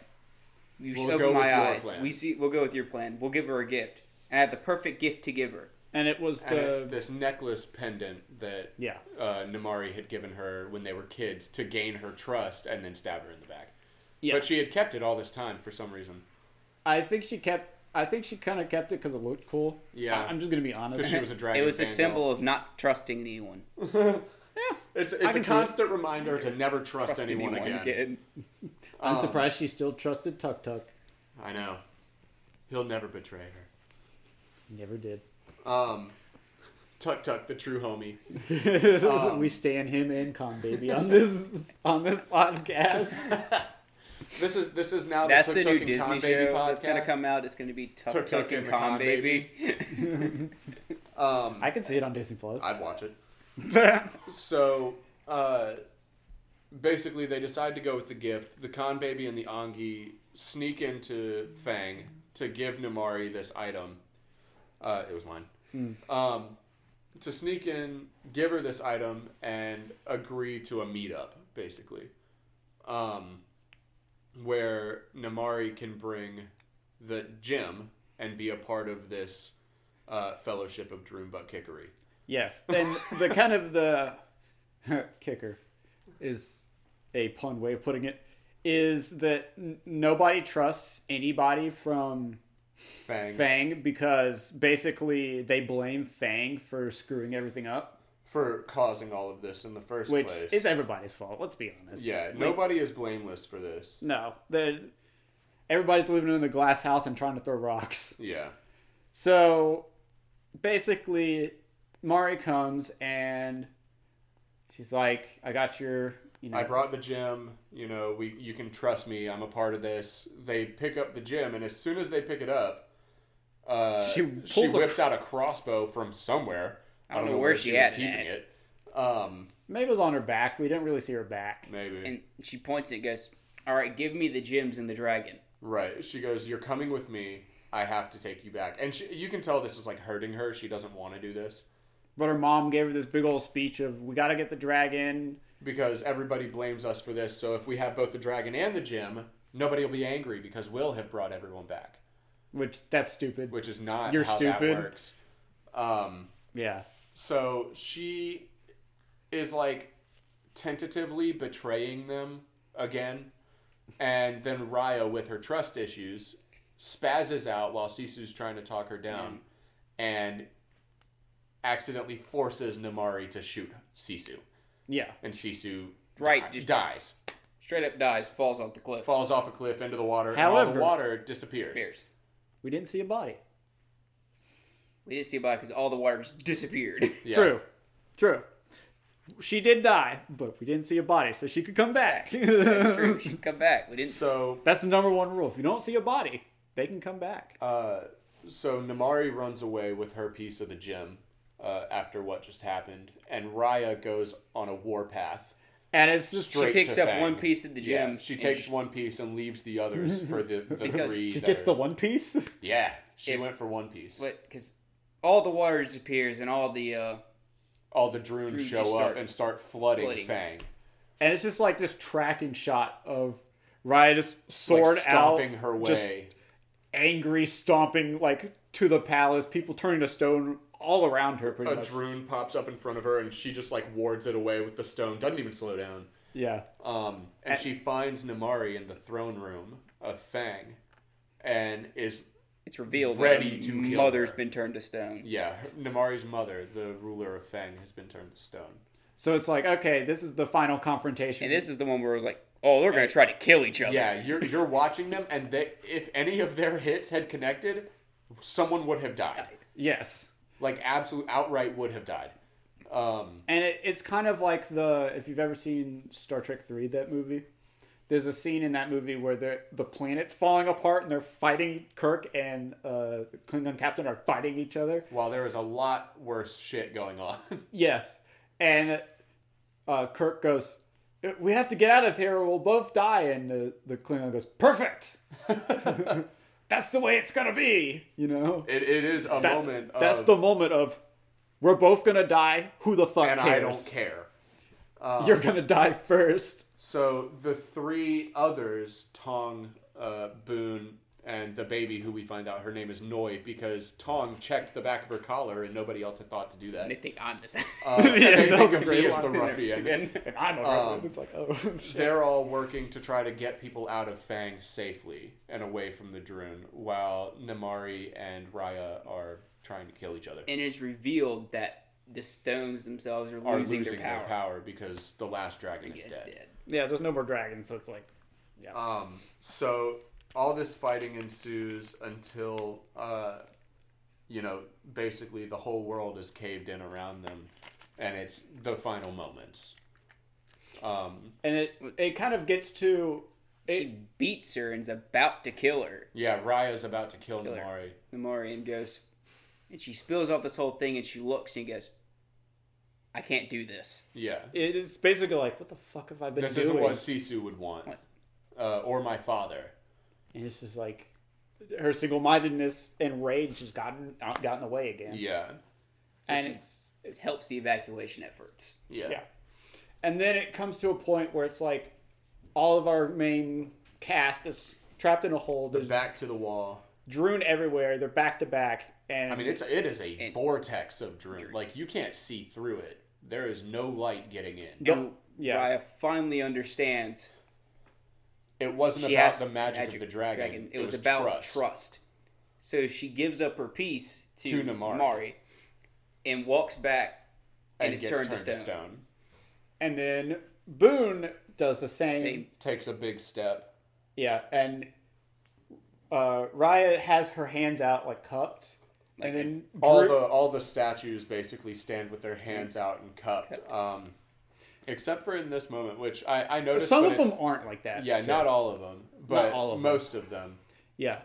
[SPEAKER 2] you
[SPEAKER 3] We'll
[SPEAKER 2] should
[SPEAKER 3] go
[SPEAKER 2] open
[SPEAKER 3] with
[SPEAKER 2] my
[SPEAKER 3] your
[SPEAKER 2] eyes.
[SPEAKER 3] plan."
[SPEAKER 2] We see. We'll go with your plan. We'll give her a gift, and I have the perfect gift to give her.
[SPEAKER 1] and it was
[SPEAKER 3] And it's
[SPEAKER 1] the
[SPEAKER 3] this necklace pendant that
[SPEAKER 1] Yeah.
[SPEAKER 3] uh, Namari had given her when they were kids to gain her trust and then stab her in the back.
[SPEAKER 1] yeah
[SPEAKER 3] But she had kept it all this time for some reason.
[SPEAKER 1] i think she kept i think she kind of kept it because it looked cool
[SPEAKER 3] Yeah.
[SPEAKER 1] I, i'm just gonna be
[SPEAKER 3] Because
[SPEAKER 1] honest
[SPEAKER 3] she was a dragon.
[SPEAKER 2] it was a
[SPEAKER 3] fangirl.
[SPEAKER 2] symbol of not trusting anyone.
[SPEAKER 3] It's,
[SPEAKER 1] I
[SPEAKER 3] it's a
[SPEAKER 1] can see it.
[SPEAKER 3] constant reminder to never trust,
[SPEAKER 2] Trust
[SPEAKER 3] anyone, again.
[SPEAKER 1] i'm
[SPEAKER 3] um,
[SPEAKER 1] surprised she still trusted tuk tuk
[SPEAKER 3] I know. He'll never betray
[SPEAKER 1] never did
[SPEAKER 3] her. Um, Tuck Tuck, the true homie. Um,
[SPEAKER 1] we stand him and con baby on this on this podcast.
[SPEAKER 3] This is this is now the
[SPEAKER 2] That's
[SPEAKER 3] Tuk
[SPEAKER 2] the
[SPEAKER 3] Tuck
[SPEAKER 2] new
[SPEAKER 3] and
[SPEAKER 2] Disney
[SPEAKER 3] Con
[SPEAKER 2] show
[SPEAKER 3] Baby podcast.
[SPEAKER 2] that's gonna come out. It's gonna be Tuck
[SPEAKER 3] Tuk
[SPEAKER 2] Tuck,
[SPEAKER 3] Tuck
[SPEAKER 2] and,
[SPEAKER 3] and the
[SPEAKER 2] Con
[SPEAKER 3] Con
[SPEAKER 2] Baby.
[SPEAKER 3] Um,
[SPEAKER 1] I can see it on Disney Plus.
[SPEAKER 3] I'd watch it. so uh, basically, they decide to go with the gift. The Khan baby and the Angi sneak into Fang to give Namari this item. Uh, it was mine. Um, to sneak in, give her this item, and agree to a meetup, basically, um, where Namari can bring the gem and be a part of this uh, fellowship of Droombuck Kickery.
[SPEAKER 1] yes, and the kind of the kicker is a pun way of putting it is that n- nobody trusts anybody from
[SPEAKER 3] Fang.
[SPEAKER 1] Fang because basically they blame Fang for screwing everything up.
[SPEAKER 3] for causing all of this in the first
[SPEAKER 1] which
[SPEAKER 3] place.
[SPEAKER 1] is everybody's fault. Let's be honest.
[SPEAKER 3] yeah,
[SPEAKER 1] Like,
[SPEAKER 3] nobody is blameless for this.
[SPEAKER 1] No, the everybody's living in a glass house and trying to throw rocks.
[SPEAKER 3] Yeah.
[SPEAKER 1] So basically, Mari comes and she's like, "I got your, you know."
[SPEAKER 3] I brought the gym. You know, we you can trust me. I'm a part of this. They pick up the gym, and as soon as they pick it up, uh,
[SPEAKER 1] She
[SPEAKER 3] she,
[SPEAKER 1] pulls a-
[SPEAKER 3] whips out a crossbow from somewhere. I
[SPEAKER 2] don't know where she
[SPEAKER 3] was
[SPEAKER 2] had
[SPEAKER 3] keeping
[SPEAKER 2] that.
[SPEAKER 3] it. Um,
[SPEAKER 1] Maybe it was on her back. We didn't really see her back.
[SPEAKER 3] maybe
[SPEAKER 2] And she points it and goes, All right, give me the gems and the dragon.
[SPEAKER 3] right. She goes, "You're coming with me. I have to take you back." And she, you can tell this is like hurting her. She doesn't want to do this
[SPEAKER 1] But her mom gave her this big old speech of, "We got to get the dragon."
[SPEAKER 3] because everybody blames us for this. So if we have both the dragon and the gym, nobody will be angry because we'll have brought everyone back,
[SPEAKER 1] Which that's stupid.
[SPEAKER 3] which is not
[SPEAKER 1] You're
[SPEAKER 3] how
[SPEAKER 1] stupid.
[SPEAKER 3] that works. Um,
[SPEAKER 1] yeah.
[SPEAKER 3] So she is like tentatively betraying them again. And then Raya, with her trust issues, spazzes out while Sisu's trying to talk her down and accidentally forces Namari to shoot Sisu.
[SPEAKER 1] Yeah.
[SPEAKER 3] And Sisu
[SPEAKER 2] Right,
[SPEAKER 3] di-
[SPEAKER 2] just-
[SPEAKER 3] dies,
[SPEAKER 2] Straight up dies, falls off the cliff.
[SPEAKER 3] falls off a cliff into the water, and all
[SPEAKER 1] However-
[SPEAKER 3] the water disappears.
[SPEAKER 2] Disappears.
[SPEAKER 1] We didn't see a body.
[SPEAKER 2] We didn't see about because all the water just disappeared.
[SPEAKER 3] Yeah.
[SPEAKER 1] True. True. She did die, but we didn't see a body, so she could come back.
[SPEAKER 2] That's true. She come back. We didn't.
[SPEAKER 3] So
[SPEAKER 1] That's the number one rule. If you don't see a body, they can come back.
[SPEAKER 3] Uh, so Namari runs away with her piece of the gem uh, after what just happened, and Raya goes on a warpath.
[SPEAKER 1] and it's just
[SPEAKER 3] Straight
[SPEAKER 2] picks
[SPEAKER 3] to
[SPEAKER 2] up
[SPEAKER 3] Fang.
[SPEAKER 2] one piece of the
[SPEAKER 3] Yeah,
[SPEAKER 2] gem
[SPEAKER 3] she
[SPEAKER 2] and
[SPEAKER 3] takes
[SPEAKER 2] she-
[SPEAKER 3] one piece and leaves the others for the, the
[SPEAKER 2] Because
[SPEAKER 3] three.
[SPEAKER 1] she
[SPEAKER 3] that
[SPEAKER 1] gets
[SPEAKER 3] are-
[SPEAKER 1] the one piece.
[SPEAKER 3] Yeah, she
[SPEAKER 2] If-
[SPEAKER 3] went for one piece.
[SPEAKER 2] Because all the water disappears and all the. uh
[SPEAKER 3] All the Droon
[SPEAKER 2] Droon
[SPEAKER 3] show
[SPEAKER 2] just
[SPEAKER 3] up
[SPEAKER 2] start
[SPEAKER 3] and start flooding,
[SPEAKER 2] flooding.
[SPEAKER 3] Fang,
[SPEAKER 1] and it's just like this tracking shot of Raya just sword
[SPEAKER 3] like stomping
[SPEAKER 1] out,
[SPEAKER 3] her way.
[SPEAKER 1] just angry stomping like to the palace, people turning to stone all around her, pretty
[SPEAKER 3] a
[SPEAKER 1] much.
[SPEAKER 3] Droon pops up in front of her, and she just like wards it away with the stone. Doesn't even slow down.
[SPEAKER 1] yeah,
[SPEAKER 3] Um, and she finds Namari in the throne room of Fang, and is
[SPEAKER 2] It's revealed
[SPEAKER 3] Ready
[SPEAKER 2] that
[SPEAKER 3] to
[SPEAKER 2] her
[SPEAKER 3] kill
[SPEAKER 2] mother's
[SPEAKER 3] her.
[SPEAKER 2] been turned to stone.
[SPEAKER 3] Yeah, her- Namari's mother, the ruler of Fang, has been turned to stone.
[SPEAKER 1] so it's like okay, this is the final confrontation.
[SPEAKER 2] And this is the one where it was like, oh, they're going to try to kill each other.
[SPEAKER 3] Yeah, you're you're watching them, and they, if any of their hits had connected, someone would have died.
[SPEAKER 1] yes,
[SPEAKER 3] Like absolute outright would have died. Um,
[SPEAKER 1] And it, it's kind of like the if you've ever seen Star Trek three that movie. There's a scene in that movie where the the planet's falling apart and they're fighting. Kirk and uh, Klingon captain are fighting each other.
[SPEAKER 3] while there was a lot worse shit going on.
[SPEAKER 1] Yes, and uh, Kirk goes, "We have to get out of here. or We'll both die." And the, the Klingon goes, "Perfect. That's the way it's gonna be." You know,
[SPEAKER 3] it, it is a
[SPEAKER 1] That-
[SPEAKER 3] moment.
[SPEAKER 1] That's
[SPEAKER 3] of,
[SPEAKER 1] the moment of we're both gonna die. Who the fuck
[SPEAKER 3] and
[SPEAKER 1] cares?
[SPEAKER 3] I don't care.
[SPEAKER 1] You're gonna die first.
[SPEAKER 3] So the three others, Tong, uh, Boone, and the baby, who we find out her name is Noi, because Tong checked the back of her collar, and nobody else had thought to do that.
[SPEAKER 2] They think I'm this.
[SPEAKER 3] Uh, they
[SPEAKER 1] that was
[SPEAKER 3] think
[SPEAKER 1] a
[SPEAKER 3] of
[SPEAKER 1] great
[SPEAKER 3] me as the
[SPEAKER 1] line.
[SPEAKER 3] ruffian.
[SPEAKER 1] Um, and I'm a rebel. it's like, oh, shit.
[SPEAKER 3] They're all working to try to get people out of Fang safely and away from the Droon, while Namari and Raya are trying to kill each other.
[SPEAKER 2] and it's revealed that the stones themselves are,
[SPEAKER 3] Are
[SPEAKER 2] losing, their power.
[SPEAKER 3] because the last dragon is
[SPEAKER 2] It's
[SPEAKER 3] dead.
[SPEAKER 2] dead.
[SPEAKER 1] Yeah, there's no more dragons, so it's like,
[SPEAKER 3] Um, so all this fighting ensues until, uh, you know, basically the whole world is caved in around them, and it's the final moments. Um,
[SPEAKER 1] and it it kind of gets to
[SPEAKER 2] She beats her and is about to kill her.
[SPEAKER 3] yeah, Raya's about to kill,
[SPEAKER 2] Kill her.
[SPEAKER 3] Namari.
[SPEAKER 2] Namari and goes, and she spills off this whole thing and she looks and goes, I can't do this.
[SPEAKER 3] Yeah.
[SPEAKER 1] it is basically like, what the fuck have I been
[SPEAKER 3] This
[SPEAKER 1] doing?
[SPEAKER 3] isn't what Sisu would want,
[SPEAKER 2] What?
[SPEAKER 3] uh, or my father.
[SPEAKER 1] and it's just like her single mindedness and rage has gotten out, gotten away again,
[SPEAKER 3] Yeah,
[SPEAKER 1] and
[SPEAKER 2] she-
[SPEAKER 1] it's,
[SPEAKER 2] It helps the evacuation efforts.
[SPEAKER 3] yeah,
[SPEAKER 1] yeah, and then it comes to a point where it's like all of our main cast is trapped in a hole. There's
[SPEAKER 3] Back to the wall.
[SPEAKER 1] Droon everywhere. They're back to back, and
[SPEAKER 3] I mean, it's it is a vortex of dream. Like you can't see through it. There is no light getting in.
[SPEAKER 2] And
[SPEAKER 1] yeah.
[SPEAKER 2] Raya finally understands
[SPEAKER 3] It wasn't
[SPEAKER 2] she
[SPEAKER 3] about
[SPEAKER 2] has
[SPEAKER 3] the magic, of the dragon.
[SPEAKER 2] It, was, about trust. So she gives up her piece to,
[SPEAKER 3] To Namari.
[SPEAKER 2] Namari and walks back and it's
[SPEAKER 3] gets
[SPEAKER 2] turned to stone.
[SPEAKER 1] And then Boone does the same.
[SPEAKER 2] Same.
[SPEAKER 3] Takes a big step.
[SPEAKER 1] Yeah, and uh, Raya has her hands out like cupped, and then
[SPEAKER 3] All
[SPEAKER 1] Drew-
[SPEAKER 3] the all the statues basically stand with their hands out and cupped, um, except for in this moment, which I, I noticed.
[SPEAKER 1] some
[SPEAKER 3] but
[SPEAKER 1] of
[SPEAKER 3] it's-
[SPEAKER 1] them aren't like that.
[SPEAKER 3] yeah,
[SPEAKER 1] too.
[SPEAKER 3] not all of them, but
[SPEAKER 1] all of 'em.
[SPEAKER 3] most of them.
[SPEAKER 1] Yeah,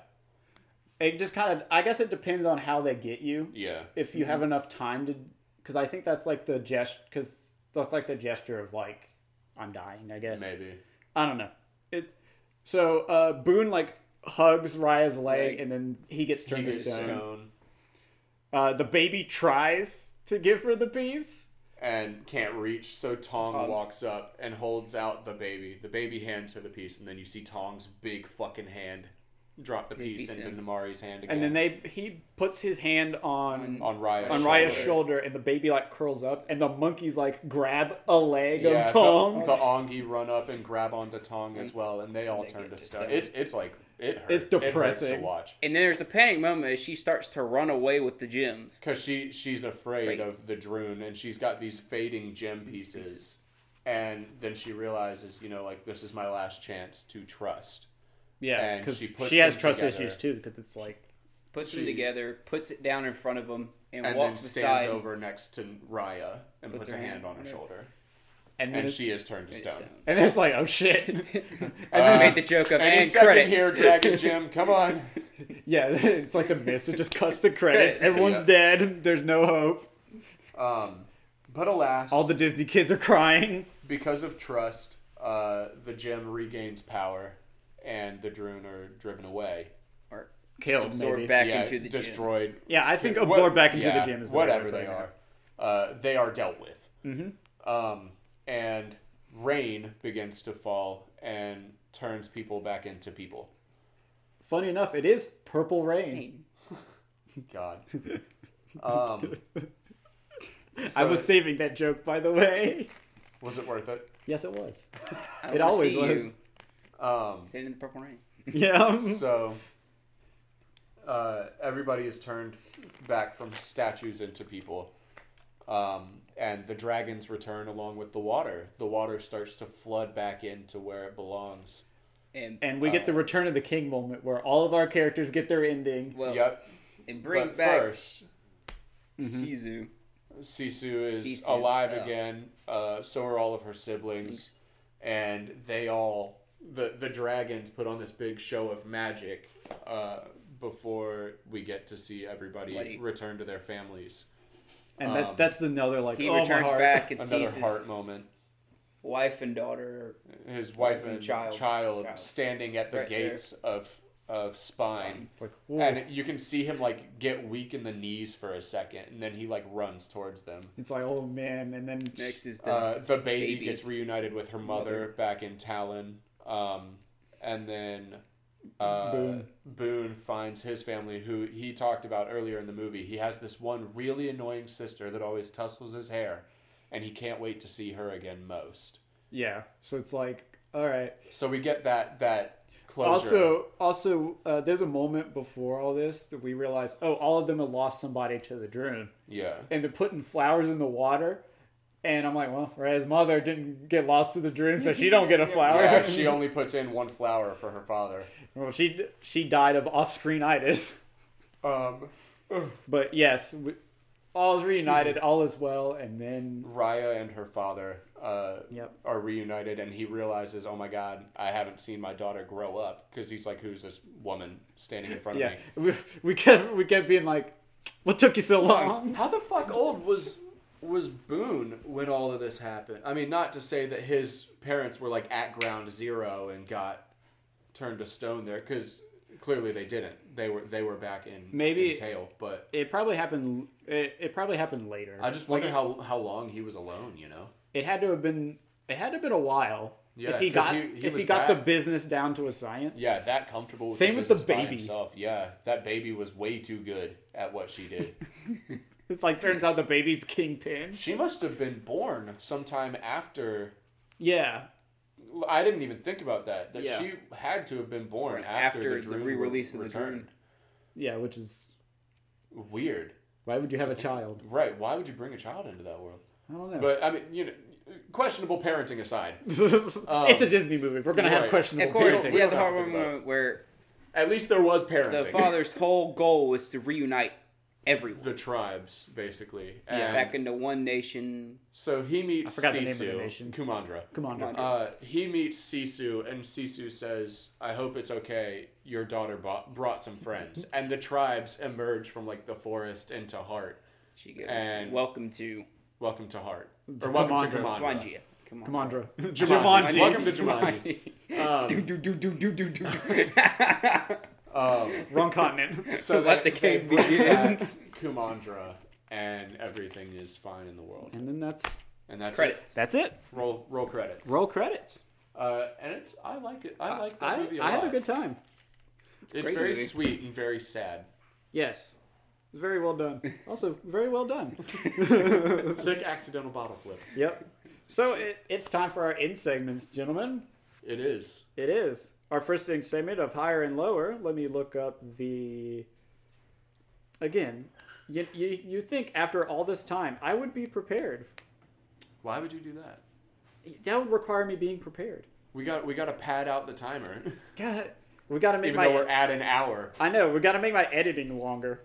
[SPEAKER 1] it just kind of. I guess it depends on how they get you.
[SPEAKER 3] Yeah, Mm-hmm.
[SPEAKER 1] If you have enough time to, because I think that's like the gest, because that's like the gesture of like I'm dying. I guess
[SPEAKER 3] maybe.
[SPEAKER 1] I don't know. It's so uh, Boone like hugs Raya's leg, and then he gets
[SPEAKER 3] He
[SPEAKER 1] turned
[SPEAKER 3] gets
[SPEAKER 1] to stone.
[SPEAKER 3] stone
[SPEAKER 1] Uh, the baby tries to give her the piece.
[SPEAKER 3] and can't reach, so Tong walks up and holds out the baby. The baby hands her the piece, and then you see Tong's big fucking hand drop the piece
[SPEAKER 2] piece
[SPEAKER 3] into
[SPEAKER 2] in.
[SPEAKER 3] Namari's hand again.
[SPEAKER 1] And then they he puts his hand on
[SPEAKER 3] on Raya's
[SPEAKER 1] on
[SPEAKER 3] shoulder.
[SPEAKER 1] Raya's shoulder, and the baby like curls up, and the monkeys like grab a leg
[SPEAKER 3] Yeah,
[SPEAKER 1] of
[SPEAKER 3] the-
[SPEAKER 1] Tong.
[SPEAKER 3] The, Ongi run up and grab onto Tong as well, and they all
[SPEAKER 2] they
[SPEAKER 3] turn
[SPEAKER 2] get
[SPEAKER 3] to
[SPEAKER 2] to
[SPEAKER 3] stone.
[SPEAKER 2] stone.
[SPEAKER 3] It's it's like it hurts.
[SPEAKER 1] It's
[SPEAKER 3] It hurts
[SPEAKER 1] depressing.
[SPEAKER 3] to watch
[SPEAKER 2] And then there's a panic moment as she starts to run away with the gems.
[SPEAKER 3] because she she's afraid
[SPEAKER 2] Right.
[SPEAKER 3] of the Droon, and she's got these fading gem pieces, and then she realizes, you know, like this is my last chance to trust.
[SPEAKER 1] yeah,
[SPEAKER 3] and
[SPEAKER 1] because
[SPEAKER 3] she
[SPEAKER 1] she,
[SPEAKER 3] puts
[SPEAKER 1] has
[SPEAKER 3] them
[SPEAKER 1] trust
[SPEAKER 3] together.
[SPEAKER 1] issues too. Because it's like
[SPEAKER 2] Puts
[SPEAKER 3] She-
[SPEAKER 2] them together, puts it down in front of them, and,
[SPEAKER 3] And then
[SPEAKER 2] walks
[SPEAKER 3] stands
[SPEAKER 2] beside
[SPEAKER 3] over next to Raya and puts, a
[SPEAKER 2] her
[SPEAKER 3] hand
[SPEAKER 2] hand
[SPEAKER 3] on her
[SPEAKER 2] on it.
[SPEAKER 3] shoulder,
[SPEAKER 1] and then
[SPEAKER 3] and
[SPEAKER 1] it's,
[SPEAKER 3] she is turned to
[SPEAKER 2] It's,
[SPEAKER 3] stone.
[SPEAKER 2] um,
[SPEAKER 1] and then it's like oh shit.
[SPEAKER 2] I made the joke of
[SPEAKER 3] Any
[SPEAKER 2] and
[SPEAKER 3] second
[SPEAKER 2] credits.
[SPEAKER 3] here, Dragon Jim. Come on.
[SPEAKER 1] yeah, it's like the mist. It just cuts the credits.
[SPEAKER 2] Credits,
[SPEAKER 1] Everyone's
[SPEAKER 3] yeah.
[SPEAKER 1] dead. There's no hope.
[SPEAKER 3] Um, but alas,
[SPEAKER 1] All the Disney kids are crying.
[SPEAKER 3] because of trust, uh, the gem regains power, and the Droon are driven away.
[SPEAKER 2] Or
[SPEAKER 1] Killed
[SPEAKER 2] absorbed
[SPEAKER 1] maybe.
[SPEAKER 2] back
[SPEAKER 3] yeah,
[SPEAKER 2] into the destroy.
[SPEAKER 3] destroyed.
[SPEAKER 1] Yeah, I think
[SPEAKER 3] What-
[SPEAKER 1] absorbed back into
[SPEAKER 3] yeah,
[SPEAKER 1] the gym is the
[SPEAKER 3] whatever
[SPEAKER 1] right
[SPEAKER 3] they
[SPEAKER 1] word.
[SPEAKER 3] are. Uh, they are dealt with. Mm-hmm. Um, and rain begins to fall and turns people back into people.
[SPEAKER 1] Funny enough, it is purple rain.
[SPEAKER 3] God. Um,
[SPEAKER 1] I
[SPEAKER 3] so
[SPEAKER 1] was saving that joke, by the way.
[SPEAKER 3] Was it worth it?
[SPEAKER 1] Yes, it was.
[SPEAKER 2] I
[SPEAKER 1] It
[SPEAKER 2] wanna
[SPEAKER 1] always
[SPEAKER 2] see
[SPEAKER 1] was.
[SPEAKER 2] You.
[SPEAKER 3] Um,
[SPEAKER 2] Stand in the purple rain.
[SPEAKER 1] Yeah.
[SPEAKER 3] so uh, everybody is turned back from statues into people um, and the dragons return along with the water the water starts to flood back into where it belongs
[SPEAKER 2] And,
[SPEAKER 1] And we
[SPEAKER 3] Oh.
[SPEAKER 1] get the Return of the King moment where all of our characters get their ending.
[SPEAKER 2] well,
[SPEAKER 3] yep
[SPEAKER 2] it brings
[SPEAKER 3] but
[SPEAKER 2] back
[SPEAKER 3] first
[SPEAKER 1] Mm-hmm.
[SPEAKER 2] Shizu.
[SPEAKER 3] sisu is
[SPEAKER 2] Sisu,
[SPEAKER 3] alive
[SPEAKER 2] yeah.
[SPEAKER 3] again uh, so are all of her siblings and they all the, the dragons put on this big show of magic uh, before we get to see everybody
[SPEAKER 2] Like-
[SPEAKER 3] return to their families
[SPEAKER 1] And
[SPEAKER 3] Um,
[SPEAKER 1] that, that's another like
[SPEAKER 2] He
[SPEAKER 1] oh, my
[SPEAKER 2] returns
[SPEAKER 1] heart.
[SPEAKER 2] back and
[SPEAKER 3] another
[SPEAKER 2] sees his
[SPEAKER 3] heart moment.
[SPEAKER 2] wife and daughter.
[SPEAKER 3] His wife and child,
[SPEAKER 2] child. Child.
[SPEAKER 3] standing at the
[SPEAKER 2] Right there.
[SPEAKER 3] gates of of spine,
[SPEAKER 1] It's like, whoa.
[SPEAKER 3] and you can see him like get weak in the knees for a second, and then he like runs towards them.
[SPEAKER 1] it's like oh man, and then
[SPEAKER 2] Next is the
[SPEAKER 3] Uh, the baby,
[SPEAKER 2] baby.
[SPEAKER 3] gets reunited with her mother,
[SPEAKER 2] Mother.
[SPEAKER 3] back in Talon, um, and then uh, Boone.
[SPEAKER 1] Boone.
[SPEAKER 3] finds his family, who he talked about earlier in the movie. He has this one really annoying sister that always tussles his hair, and he can't wait to see her again most.
[SPEAKER 1] yeah. So it's like all right.
[SPEAKER 3] So we get that that closure.
[SPEAKER 1] Also, also uh, there's a moment before all this that we realize oh all of them had lost somebody to the Droon,
[SPEAKER 3] yeah,
[SPEAKER 1] and they're putting flowers in the water. And I'm like, well, Ray's mother didn't get lost to the Droon, so she don't get a flower.
[SPEAKER 3] yeah. She only puts in one flower for her father.
[SPEAKER 1] well, she she died of off-screen itis.
[SPEAKER 3] Um,
[SPEAKER 1] But yes, we, all is reunited, all is well, and then
[SPEAKER 3] Raya and her father uh,
[SPEAKER 1] Yep.
[SPEAKER 3] are reunited, and he realizes, oh my god, I haven't seen my daughter grow up because he's like, who's this woman standing in front of
[SPEAKER 1] yeah,
[SPEAKER 3] me?
[SPEAKER 1] we, we kept we kept being like, "What took you so long?"
[SPEAKER 3] How the fuck old was was Boone when all of this happened? I mean, not to say that his parents were like at ground zero and got turned to stone there, because clearly they didn't. They were they were back in
[SPEAKER 1] Maybe-
[SPEAKER 3] in tail, but
[SPEAKER 1] It probably happened. It, it probably happened later.
[SPEAKER 3] I just wonder how how long he was alone. You know.
[SPEAKER 1] it had to have been. It had to have been a while.
[SPEAKER 3] Yeah,
[SPEAKER 1] if he
[SPEAKER 3] 'cause
[SPEAKER 1] got
[SPEAKER 3] he- he
[SPEAKER 1] if he
[SPEAKER 3] was
[SPEAKER 1] got
[SPEAKER 3] that-
[SPEAKER 1] the business down to a science.
[SPEAKER 3] Yeah, that comfortable. With
[SPEAKER 1] Same with the
[SPEAKER 3] business by
[SPEAKER 1] baby.
[SPEAKER 3] Himself. Yeah, that baby was way too good at what she did.
[SPEAKER 1] It's like turns out the baby's kingpin.
[SPEAKER 3] she must have been born sometime after.
[SPEAKER 1] Yeah,
[SPEAKER 3] I didn't even think about that. That
[SPEAKER 1] Yeah.
[SPEAKER 3] she had to have been born
[SPEAKER 2] Right,
[SPEAKER 3] after,
[SPEAKER 2] after
[SPEAKER 3] the,
[SPEAKER 2] the
[SPEAKER 3] Droon
[SPEAKER 2] re-release of the
[SPEAKER 3] returned.
[SPEAKER 1] yeah. Which is
[SPEAKER 3] Weird.
[SPEAKER 1] why would you have a child?
[SPEAKER 3] Right? Why would you bring a child into that world?
[SPEAKER 1] I don't know.
[SPEAKER 3] But I mean, you know, questionable parenting aside,
[SPEAKER 1] it's a Disney movie. We're gonna have
[SPEAKER 3] um, right.
[SPEAKER 1] questionable
[SPEAKER 2] Of course,
[SPEAKER 1] parenting.
[SPEAKER 3] we
[SPEAKER 2] yeah,
[SPEAKER 3] don't
[SPEAKER 2] the
[SPEAKER 3] have to
[SPEAKER 2] hard one
[SPEAKER 3] think about
[SPEAKER 2] where, where
[SPEAKER 3] at least there was
[SPEAKER 2] the
[SPEAKER 3] parenting.
[SPEAKER 2] father's whole goal was to reunite everyone
[SPEAKER 3] the tribes basically. And
[SPEAKER 2] yeah. back into one nation.
[SPEAKER 3] so he meets
[SPEAKER 1] forgot the name of the
[SPEAKER 3] Sisu
[SPEAKER 1] nation.
[SPEAKER 3] Kumandra.
[SPEAKER 1] Come on,
[SPEAKER 2] Come on.
[SPEAKER 3] Uh, he meets Sisu, and Sisu says, "I hope it's okay. Your daughter bought, brought some friends." and the tribes emerge from like the forest into Heart.
[SPEAKER 2] She goes,
[SPEAKER 3] And-
[SPEAKER 2] "Welcome to
[SPEAKER 3] Welcome to Heart, or welcome to
[SPEAKER 1] Kumandra.
[SPEAKER 3] Kumandra.
[SPEAKER 2] Wangia. Come on,
[SPEAKER 1] Kumandra.
[SPEAKER 3] Jumanji.
[SPEAKER 1] Jumanji.
[SPEAKER 3] Welcome to Jumanji.
[SPEAKER 1] Um,
[SPEAKER 2] do do do do do do do.
[SPEAKER 1] Wrong continent.
[SPEAKER 3] So
[SPEAKER 2] Let
[SPEAKER 3] they,
[SPEAKER 2] the
[SPEAKER 3] they
[SPEAKER 2] game
[SPEAKER 3] bring
[SPEAKER 2] begin.
[SPEAKER 3] back Kumandra, and everything is fine in the world.
[SPEAKER 1] and then that's
[SPEAKER 3] And that's
[SPEAKER 2] Credits.
[SPEAKER 1] that's it.
[SPEAKER 3] it. Roll roll credits.
[SPEAKER 1] Roll credits.
[SPEAKER 3] Uh, and it's I like it. I like that
[SPEAKER 1] I,
[SPEAKER 3] movie a
[SPEAKER 1] I
[SPEAKER 3] lot.
[SPEAKER 1] had a good time.
[SPEAKER 3] it's
[SPEAKER 2] great
[SPEAKER 3] very
[SPEAKER 2] movie.
[SPEAKER 3] sweet and very sad.
[SPEAKER 1] Yes. Very well done. Also, very well done.
[SPEAKER 3] Sick accidental bottle flip.
[SPEAKER 1] Yep. So it, it's time for our end segments, gentlemen.
[SPEAKER 3] It is.
[SPEAKER 1] It is our first end segment of higher and lower. Let me look up the. Again, you, you, you think after all this time I would be prepared?
[SPEAKER 3] Why would you do that?
[SPEAKER 1] That would require me being prepared.
[SPEAKER 3] We got we got to pad out the timer,
[SPEAKER 1] God, we got to make
[SPEAKER 3] even
[SPEAKER 1] my.
[SPEAKER 3] though we're at an hour.
[SPEAKER 1] I know we got to make my editing longer.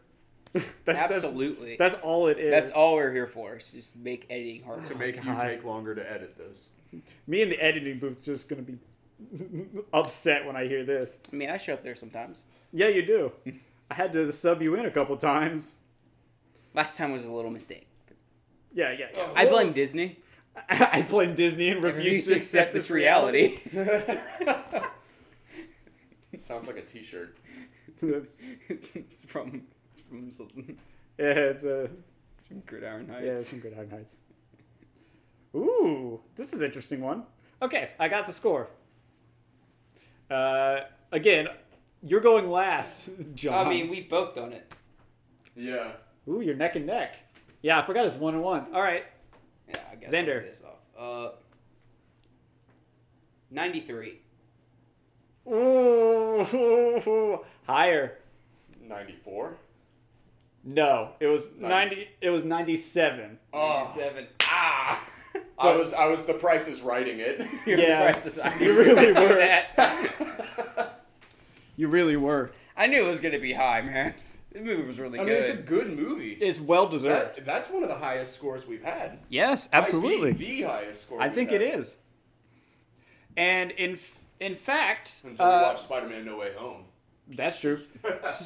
[SPEAKER 1] That-
[SPEAKER 2] Absolutely.
[SPEAKER 1] That's, that's all it is.
[SPEAKER 2] That's all we're here for. Is just make editing hard.
[SPEAKER 3] To make you
[SPEAKER 1] God.
[SPEAKER 3] take longer to edit this.
[SPEAKER 1] Me and the editing booth's just gonna be upset when I hear this.
[SPEAKER 2] I mean, I show up there sometimes.
[SPEAKER 1] Yeah, you do. I had to sub you in a couple times.
[SPEAKER 2] Last time was a little mistake.
[SPEAKER 1] Yeah, yeah. yeah.
[SPEAKER 2] I blame Disney.
[SPEAKER 1] I blame Disney and
[SPEAKER 2] Refuse to accept this reality.
[SPEAKER 3] Sounds like a T-shirt.
[SPEAKER 1] That's-
[SPEAKER 2] it's from it's from some-
[SPEAKER 1] yeah, it's a
[SPEAKER 2] it's from Gridiron Heights.
[SPEAKER 1] yeah, it's some good hard nights. Ooh, this is an interesting one. Okay, I got the score. Uh, again, you're going last, John.
[SPEAKER 2] I mean, we've both done it.
[SPEAKER 3] Yeah.
[SPEAKER 1] ooh, you're neck and neck. Yeah, I forgot it's one and one. All right,
[SPEAKER 2] Yeah, I guess
[SPEAKER 1] Xander.
[SPEAKER 2] I'll this off. Uh, ninety-three.
[SPEAKER 1] Ooh, higher.
[SPEAKER 3] Ninety four.
[SPEAKER 1] No, it was ninety. It was ninety-seven.
[SPEAKER 3] Oh.
[SPEAKER 2] Ninety-seven. Ah.
[SPEAKER 3] I was I was the price is writing it.
[SPEAKER 2] Your
[SPEAKER 1] Yeah,
[SPEAKER 2] prices, I
[SPEAKER 1] you really
[SPEAKER 2] knew
[SPEAKER 1] were.
[SPEAKER 2] that.
[SPEAKER 1] You really were.
[SPEAKER 2] I knew it was gonna be high, man. The movie was really
[SPEAKER 3] I mean,
[SPEAKER 2] good.
[SPEAKER 3] it's a good movie.
[SPEAKER 1] It's well deserved.
[SPEAKER 3] That, that's one of the highest scores we've had.
[SPEAKER 1] Yes,
[SPEAKER 3] Might be the highest score.
[SPEAKER 1] I
[SPEAKER 3] we've
[SPEAKER 1] think
[SPEAKER 3] had
[SPEAKER 1] it is. And in f- in fact,
[SPEAKER 3] Until
[SPEAKER 1] uh,
[SPEAKER 3] we watched Spider Man No Way Home.
[SPEAKER 1] that's true.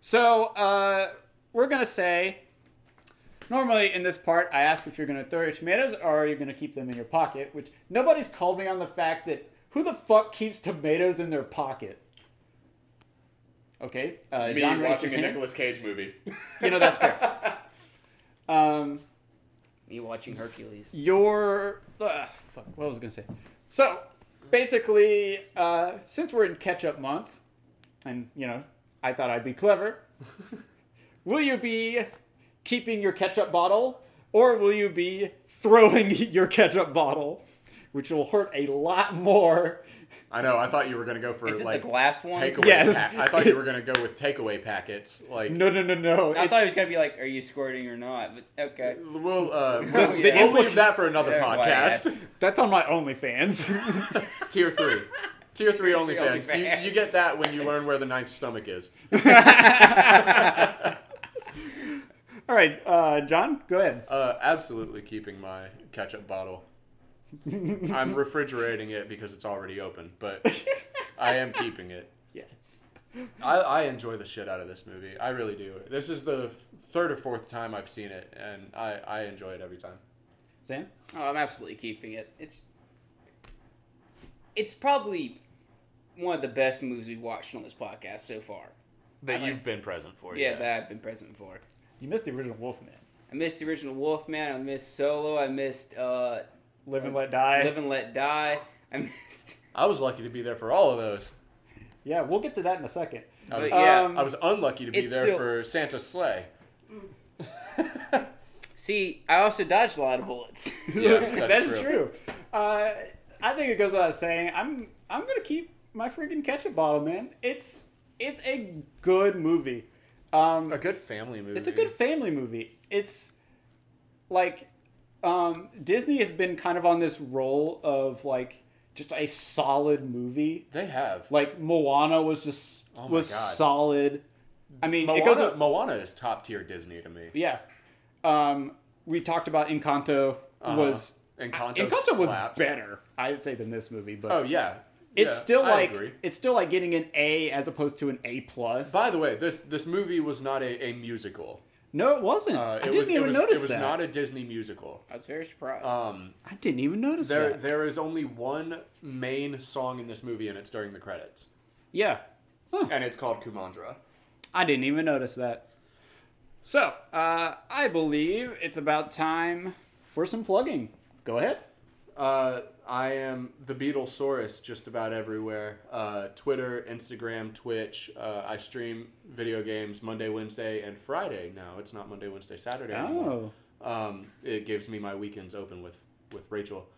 [SPEAKER 1] so uh, we're gonna say. Normally in this part, I ask if you're gonna throw your tomatoes or are you gonna keep them in your pocket. Which nobody's called me on the fact that who the fuck keeps tomatoes in their pocket? Okay, uh,
[SPEAKER 3] Me
[SPEAKER 1] John raised his
[SPEAKER 3] watching a
[SPEAKER 1] hand.
[SPEAKER 3] Nicolas Cage movie.
[SPEAKER 1] You know that's fair. um,
[SPEAKER 2] Me watching Hercules.
[SPEAKER 1] your uh, fuck, what was I gonna say? So basically, uh, since we're in catch-up month, and you know, I thought I'd be clever. will you be keeping your ketchup bottle, or will you be throwing your ketchup bottle, which will hurt a lot more?
[SPEAKER 3] I know. I thought you were gonna go for
[SPEAKER 2] Is it
[SPEAKER 3] like
[SPEAKER 2] the glass one?
[SPEAKER 3] takeaway.
[SPEAKER 1] Yes.
[SPEAKER 3] pack- I thought you were gonna go with takeaway packets. Like
[SPEAKER 1] No, no, no, no.
[SPEAKER 2] I
[SPEAKER 1] It-
[SPEAKER 2] thought it was gonna be like, "Are you squirting or not?" But okay.
[SPEAKER 3] We'll uh, we'll,
[SPEAKER 2] Oh, yeah.
[SPEAKER 3] we'll leave that for another
[SPEAKER 2] Yeah, why,
[SPEAKER 3] podcast.
[SPEAKER 1] that's on my OnlyFans.
[SPEAKER 3] Tier three, tier three OnlyFans.
[SPEAKER 2] OnlyFans.
[SPEAKER 3] You, you get that when you learn where the ninth stomach is. Uh,
[SPEAKER 1] All right, uh, John, go ahead.
[SPEAKER 3] Uh, absolutely keeping my ketchup bottle. I'm refrigerating it because it's already open, but I am keeping it.
[SPEAKER 1] Yes.
[SPEAKER 3] I, I enjoy the shit out of this movie. I really do. This is the third or fourth time I've seen it, and I, I enjoy it every time.
[SPEAKER 1] Sam.
[SPEAKER 2] Oh, I'm absolutely keeping it. It's it's probably one of the best movies we've watched on this podcast so far.
[SPEAKER 3] That
[SPEAKER 2] like-
[SPEAKER 3] you've been present for.
[SPEAKER 2] Yeah, that I've been present for.
[SPEAKER 1] You missed the original Wolfman.
[SPEAKER 2] I missed the original Wolfman. I missed Solo. I missed uh,
[SPEAKER 1] Live and let die.
[SPEAKER 2] Live and Let Die. I missed.
[SPEAKER 3] I was lucky to be there for all of those.
[SPEAKER 1] Yeah, we'll get to that in a second. Um,
[SPEAKER 3] I was,
[SPEAKER 2] But yeah.
[SPEAKER 3] I was unlucky to be
[SPEAKER 2] It's
[SPEAKER 3] there
[SPEAKER 2] still-
[SPEAKER 3] for Santa's sleigh.
[SPEAKER 2] See, I also dodged a lot of bullets.
[SPEAKER 3] Yeah,
[SPEAKER 1] that's, true. Uh, I think it goes without saying. I'm I'm gonna keep my freaking ketchup bottle, man. It's it's a good movie. Um,
[SPEAKER 3] A good family movie.
[SPEAKER 1] it's a good family movie. It's like um, Disney has been kind of on this roll of like just a solid movie.
[SPEAKER 3] They have.
[SPEAKER 1] Like Moana was just
[SPEAKER 3] Oh my
[SPEAKER 1] was
[SPEAKER 3] God.
[SPEAKER 1] solid. I mean,
[SPEAKER 3] Moana,
[SPEAKER 1] it goes up,
[SPEAKER 3] Moana is top tier Disney to me.
[SPEAKER 1] yeah. Um, we talked about Encanto was
[SPEAKER 3] Uh-huh. Encanto,
[SPEAKER 1] Encanto was
[SPEAKER 3] slaps.
[SPEAKER 1] better, I'd say, than this movie. But
[SPEAKER 3] Oh yeah.
[SPEAKER 1] it's
[SPEAKER 3] Yeah,
[SPEAKER 1] still
[SPEAKER 3] I
[SPEAKER 1] like
[SPEAKER 3] agree.
[SPEAKER 1] it's still like getting an A as opposed to an A plus.
[SPEAKER 3] By the way, this this movie was not a, a musical.
[SPEAKER 1] no, it wasn't.
[SPEAKER 3] Uh,
[SPEAKER 1] I
[SPEAKER 3] it
[SPEAKER 1] didn't
[SPEAKER 3] was,
[SPEAKER 1] even
[SPEAKER 3] it was,
[SPEAKER 1] notice
[SPEAKER 3] It was
[SPEAKER 1] that.
[SPEAKER 3] not a Disney musical.
[SPEAKER 2] I was very surprised.
[SPEAKER 3] Um,
[SPEAKER 1] I didn't even notice
[SPEAKER 3] there
[SPEAKER 1] that.
[SPEAKER 3] there is only one main song in this movie, and it's during the credits,
[SPEAKER 1] yeah,
[SPEAKER 3] and it's called Kumandra.
[SPEAKER 1] I didn't even notice that. So uh, I believe it's about time for some plugging. Go ahead.
[SPEAKER 3] Uh, I am the Beatlesaurus just about everywhere. Uh, Twitter, Instagram, Twitch. Uh, I stream video games Monday, Wednesday, and Friday. No, it's not Monday, Wednesday, Saturday. anymore.
[SPEAKER 1] Oh,
[SPEAKER 3] Um, it gives me my weekends open with with Rachel,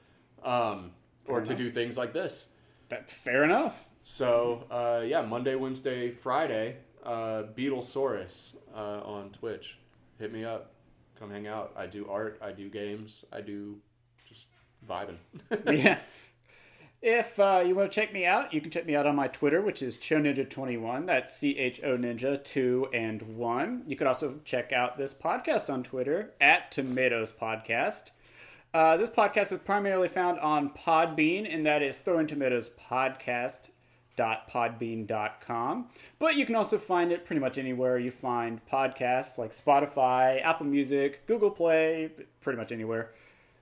[SPEAKER 3] um, or to do things like this.
[SPEAKER 1] that's fair enough.
[SPEAKER 3] So uh, yeah, Monday, Wednesday, Friday. Uh, Beatlesaurus uh, on Twitch. Hit me up. Come hang out. I do art. I do games. I do just vibing.
[SPEAKER 1] yeah. If uh, you want to check me out, you can check me out on my Twitter, which is ChoNinja21. That's C H O Ninja 2 and 1. You could also check out this podcast on Twitter at Tomatoes Podcast. Uh, this podcast is primarily found on Podbean, and that is Throwing Tomatoes Podcast. .podbean.com but you can also find it pretty much anywhere you find podcasts like spotify apple music google play pretty much anywhere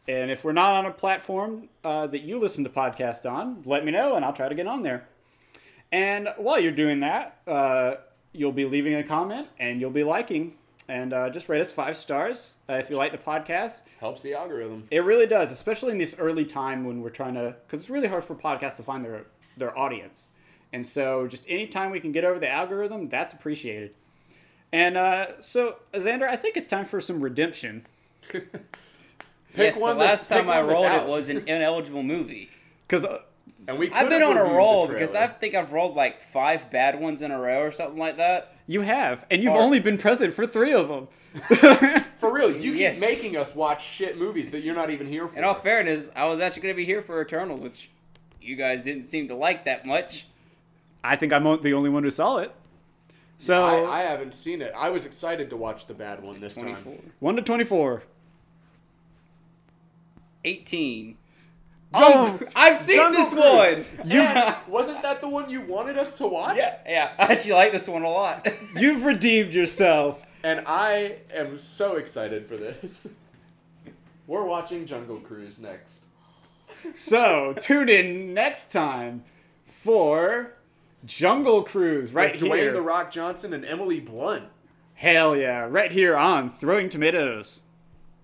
[SPEAKER 1] and if we're not on a platform uh, that you listen to podcasts on, let me know and I'll try to get on there. And while you're doing that, uh, you'll be leaving a comment and you'll be liking. And uh, just rate us five stars uh, if you like the podcast.
[SPEAKER 3] Helps the algorithm.
[SPEAKER 1] It really does, especially in this early time when we're trying to, because it's really hard for podcasts to find their their audience. And so, just any time we can get over the algorithm, that's appreciated. And uh, so, Xander, I think it's time for some redemption.
[SPEAKER 2] yes,
[SPEAKER 3] pick one
[SPEAKER 2] the
[SPEAKER 3] that's-
[SPEAKER 2] last
[SPEAKER 3] pick
[SPEAKER 2] time I
[SPEAKER 3] one that's
[SPEAKER 2] rolled it
[SPEAKER 3] out.
[SPEAKER 2] was an ineligible movie.
[SPEAKER 1] Because uh,
[SPEAKER 3] And we
[SPEAKER 2] I've
[SPEAKER 3] could've
[SPEAKER 2] been on a
[SPEAKER 3] reviewed the
[SPEAKER 2] roll because I
[SPEAKER 3] trailer.
[SPEAKER 2] think I've rolled like five bad ones in a row or something like that.
[SPEAKER 1] You have, and you've
[SPEAKER 2] Or-
[SPEAKER 1] only been present for three of them.
[SPEAKER 3] for real. You keep
[SPEAKER 2] Yes.
[SPEAKER 3] making us watch shit movies that you're not even here for.
[SPEAKER 2] In all fairness, I was actually going to be here for Eternals, which you guys didn't seem to like that much.
[SPEAKER 1] I think I'm o- the only one who saw it. So
[SPEAKER 3] I, I haven't seen it. I was excited to watch the bad one this
[SPEAKER 2] 24.
[SPEAKER 3] time.
[SPEAKER 1] one to twenty-four.
[SPEAKER 2] 18.
[SPEAKER 1] Oh,
[SPEAKER 2] I've seen
[SPEAKER 3] Jungle
[SPEAKER 2] this
[SPEAKER 3] Cruise.
[SPEAKER 2] one!
[SPEAKER 1] you've
[SPEAKER 3] Wasn't that the one you wanted us to watch?
[SPEAKER 2] Yeah, yeah, I actually like this one a lot.
[SPEAKER 1] you've redeemed yourself.
[SPEAKER 3] And I am so excited for this. We're watching Jungle Cruise next.
[SPEAKER 1] So tune in next time for Jungle Cruise right
[SPEAKER 3] With Dwayne
[SPEAKER 1] here.
[SPEAKER 3] the Rock Johnson and Emily Blunt.
[SPEAKER 1] Hell yeah! Right here on Throwing Tomatoes.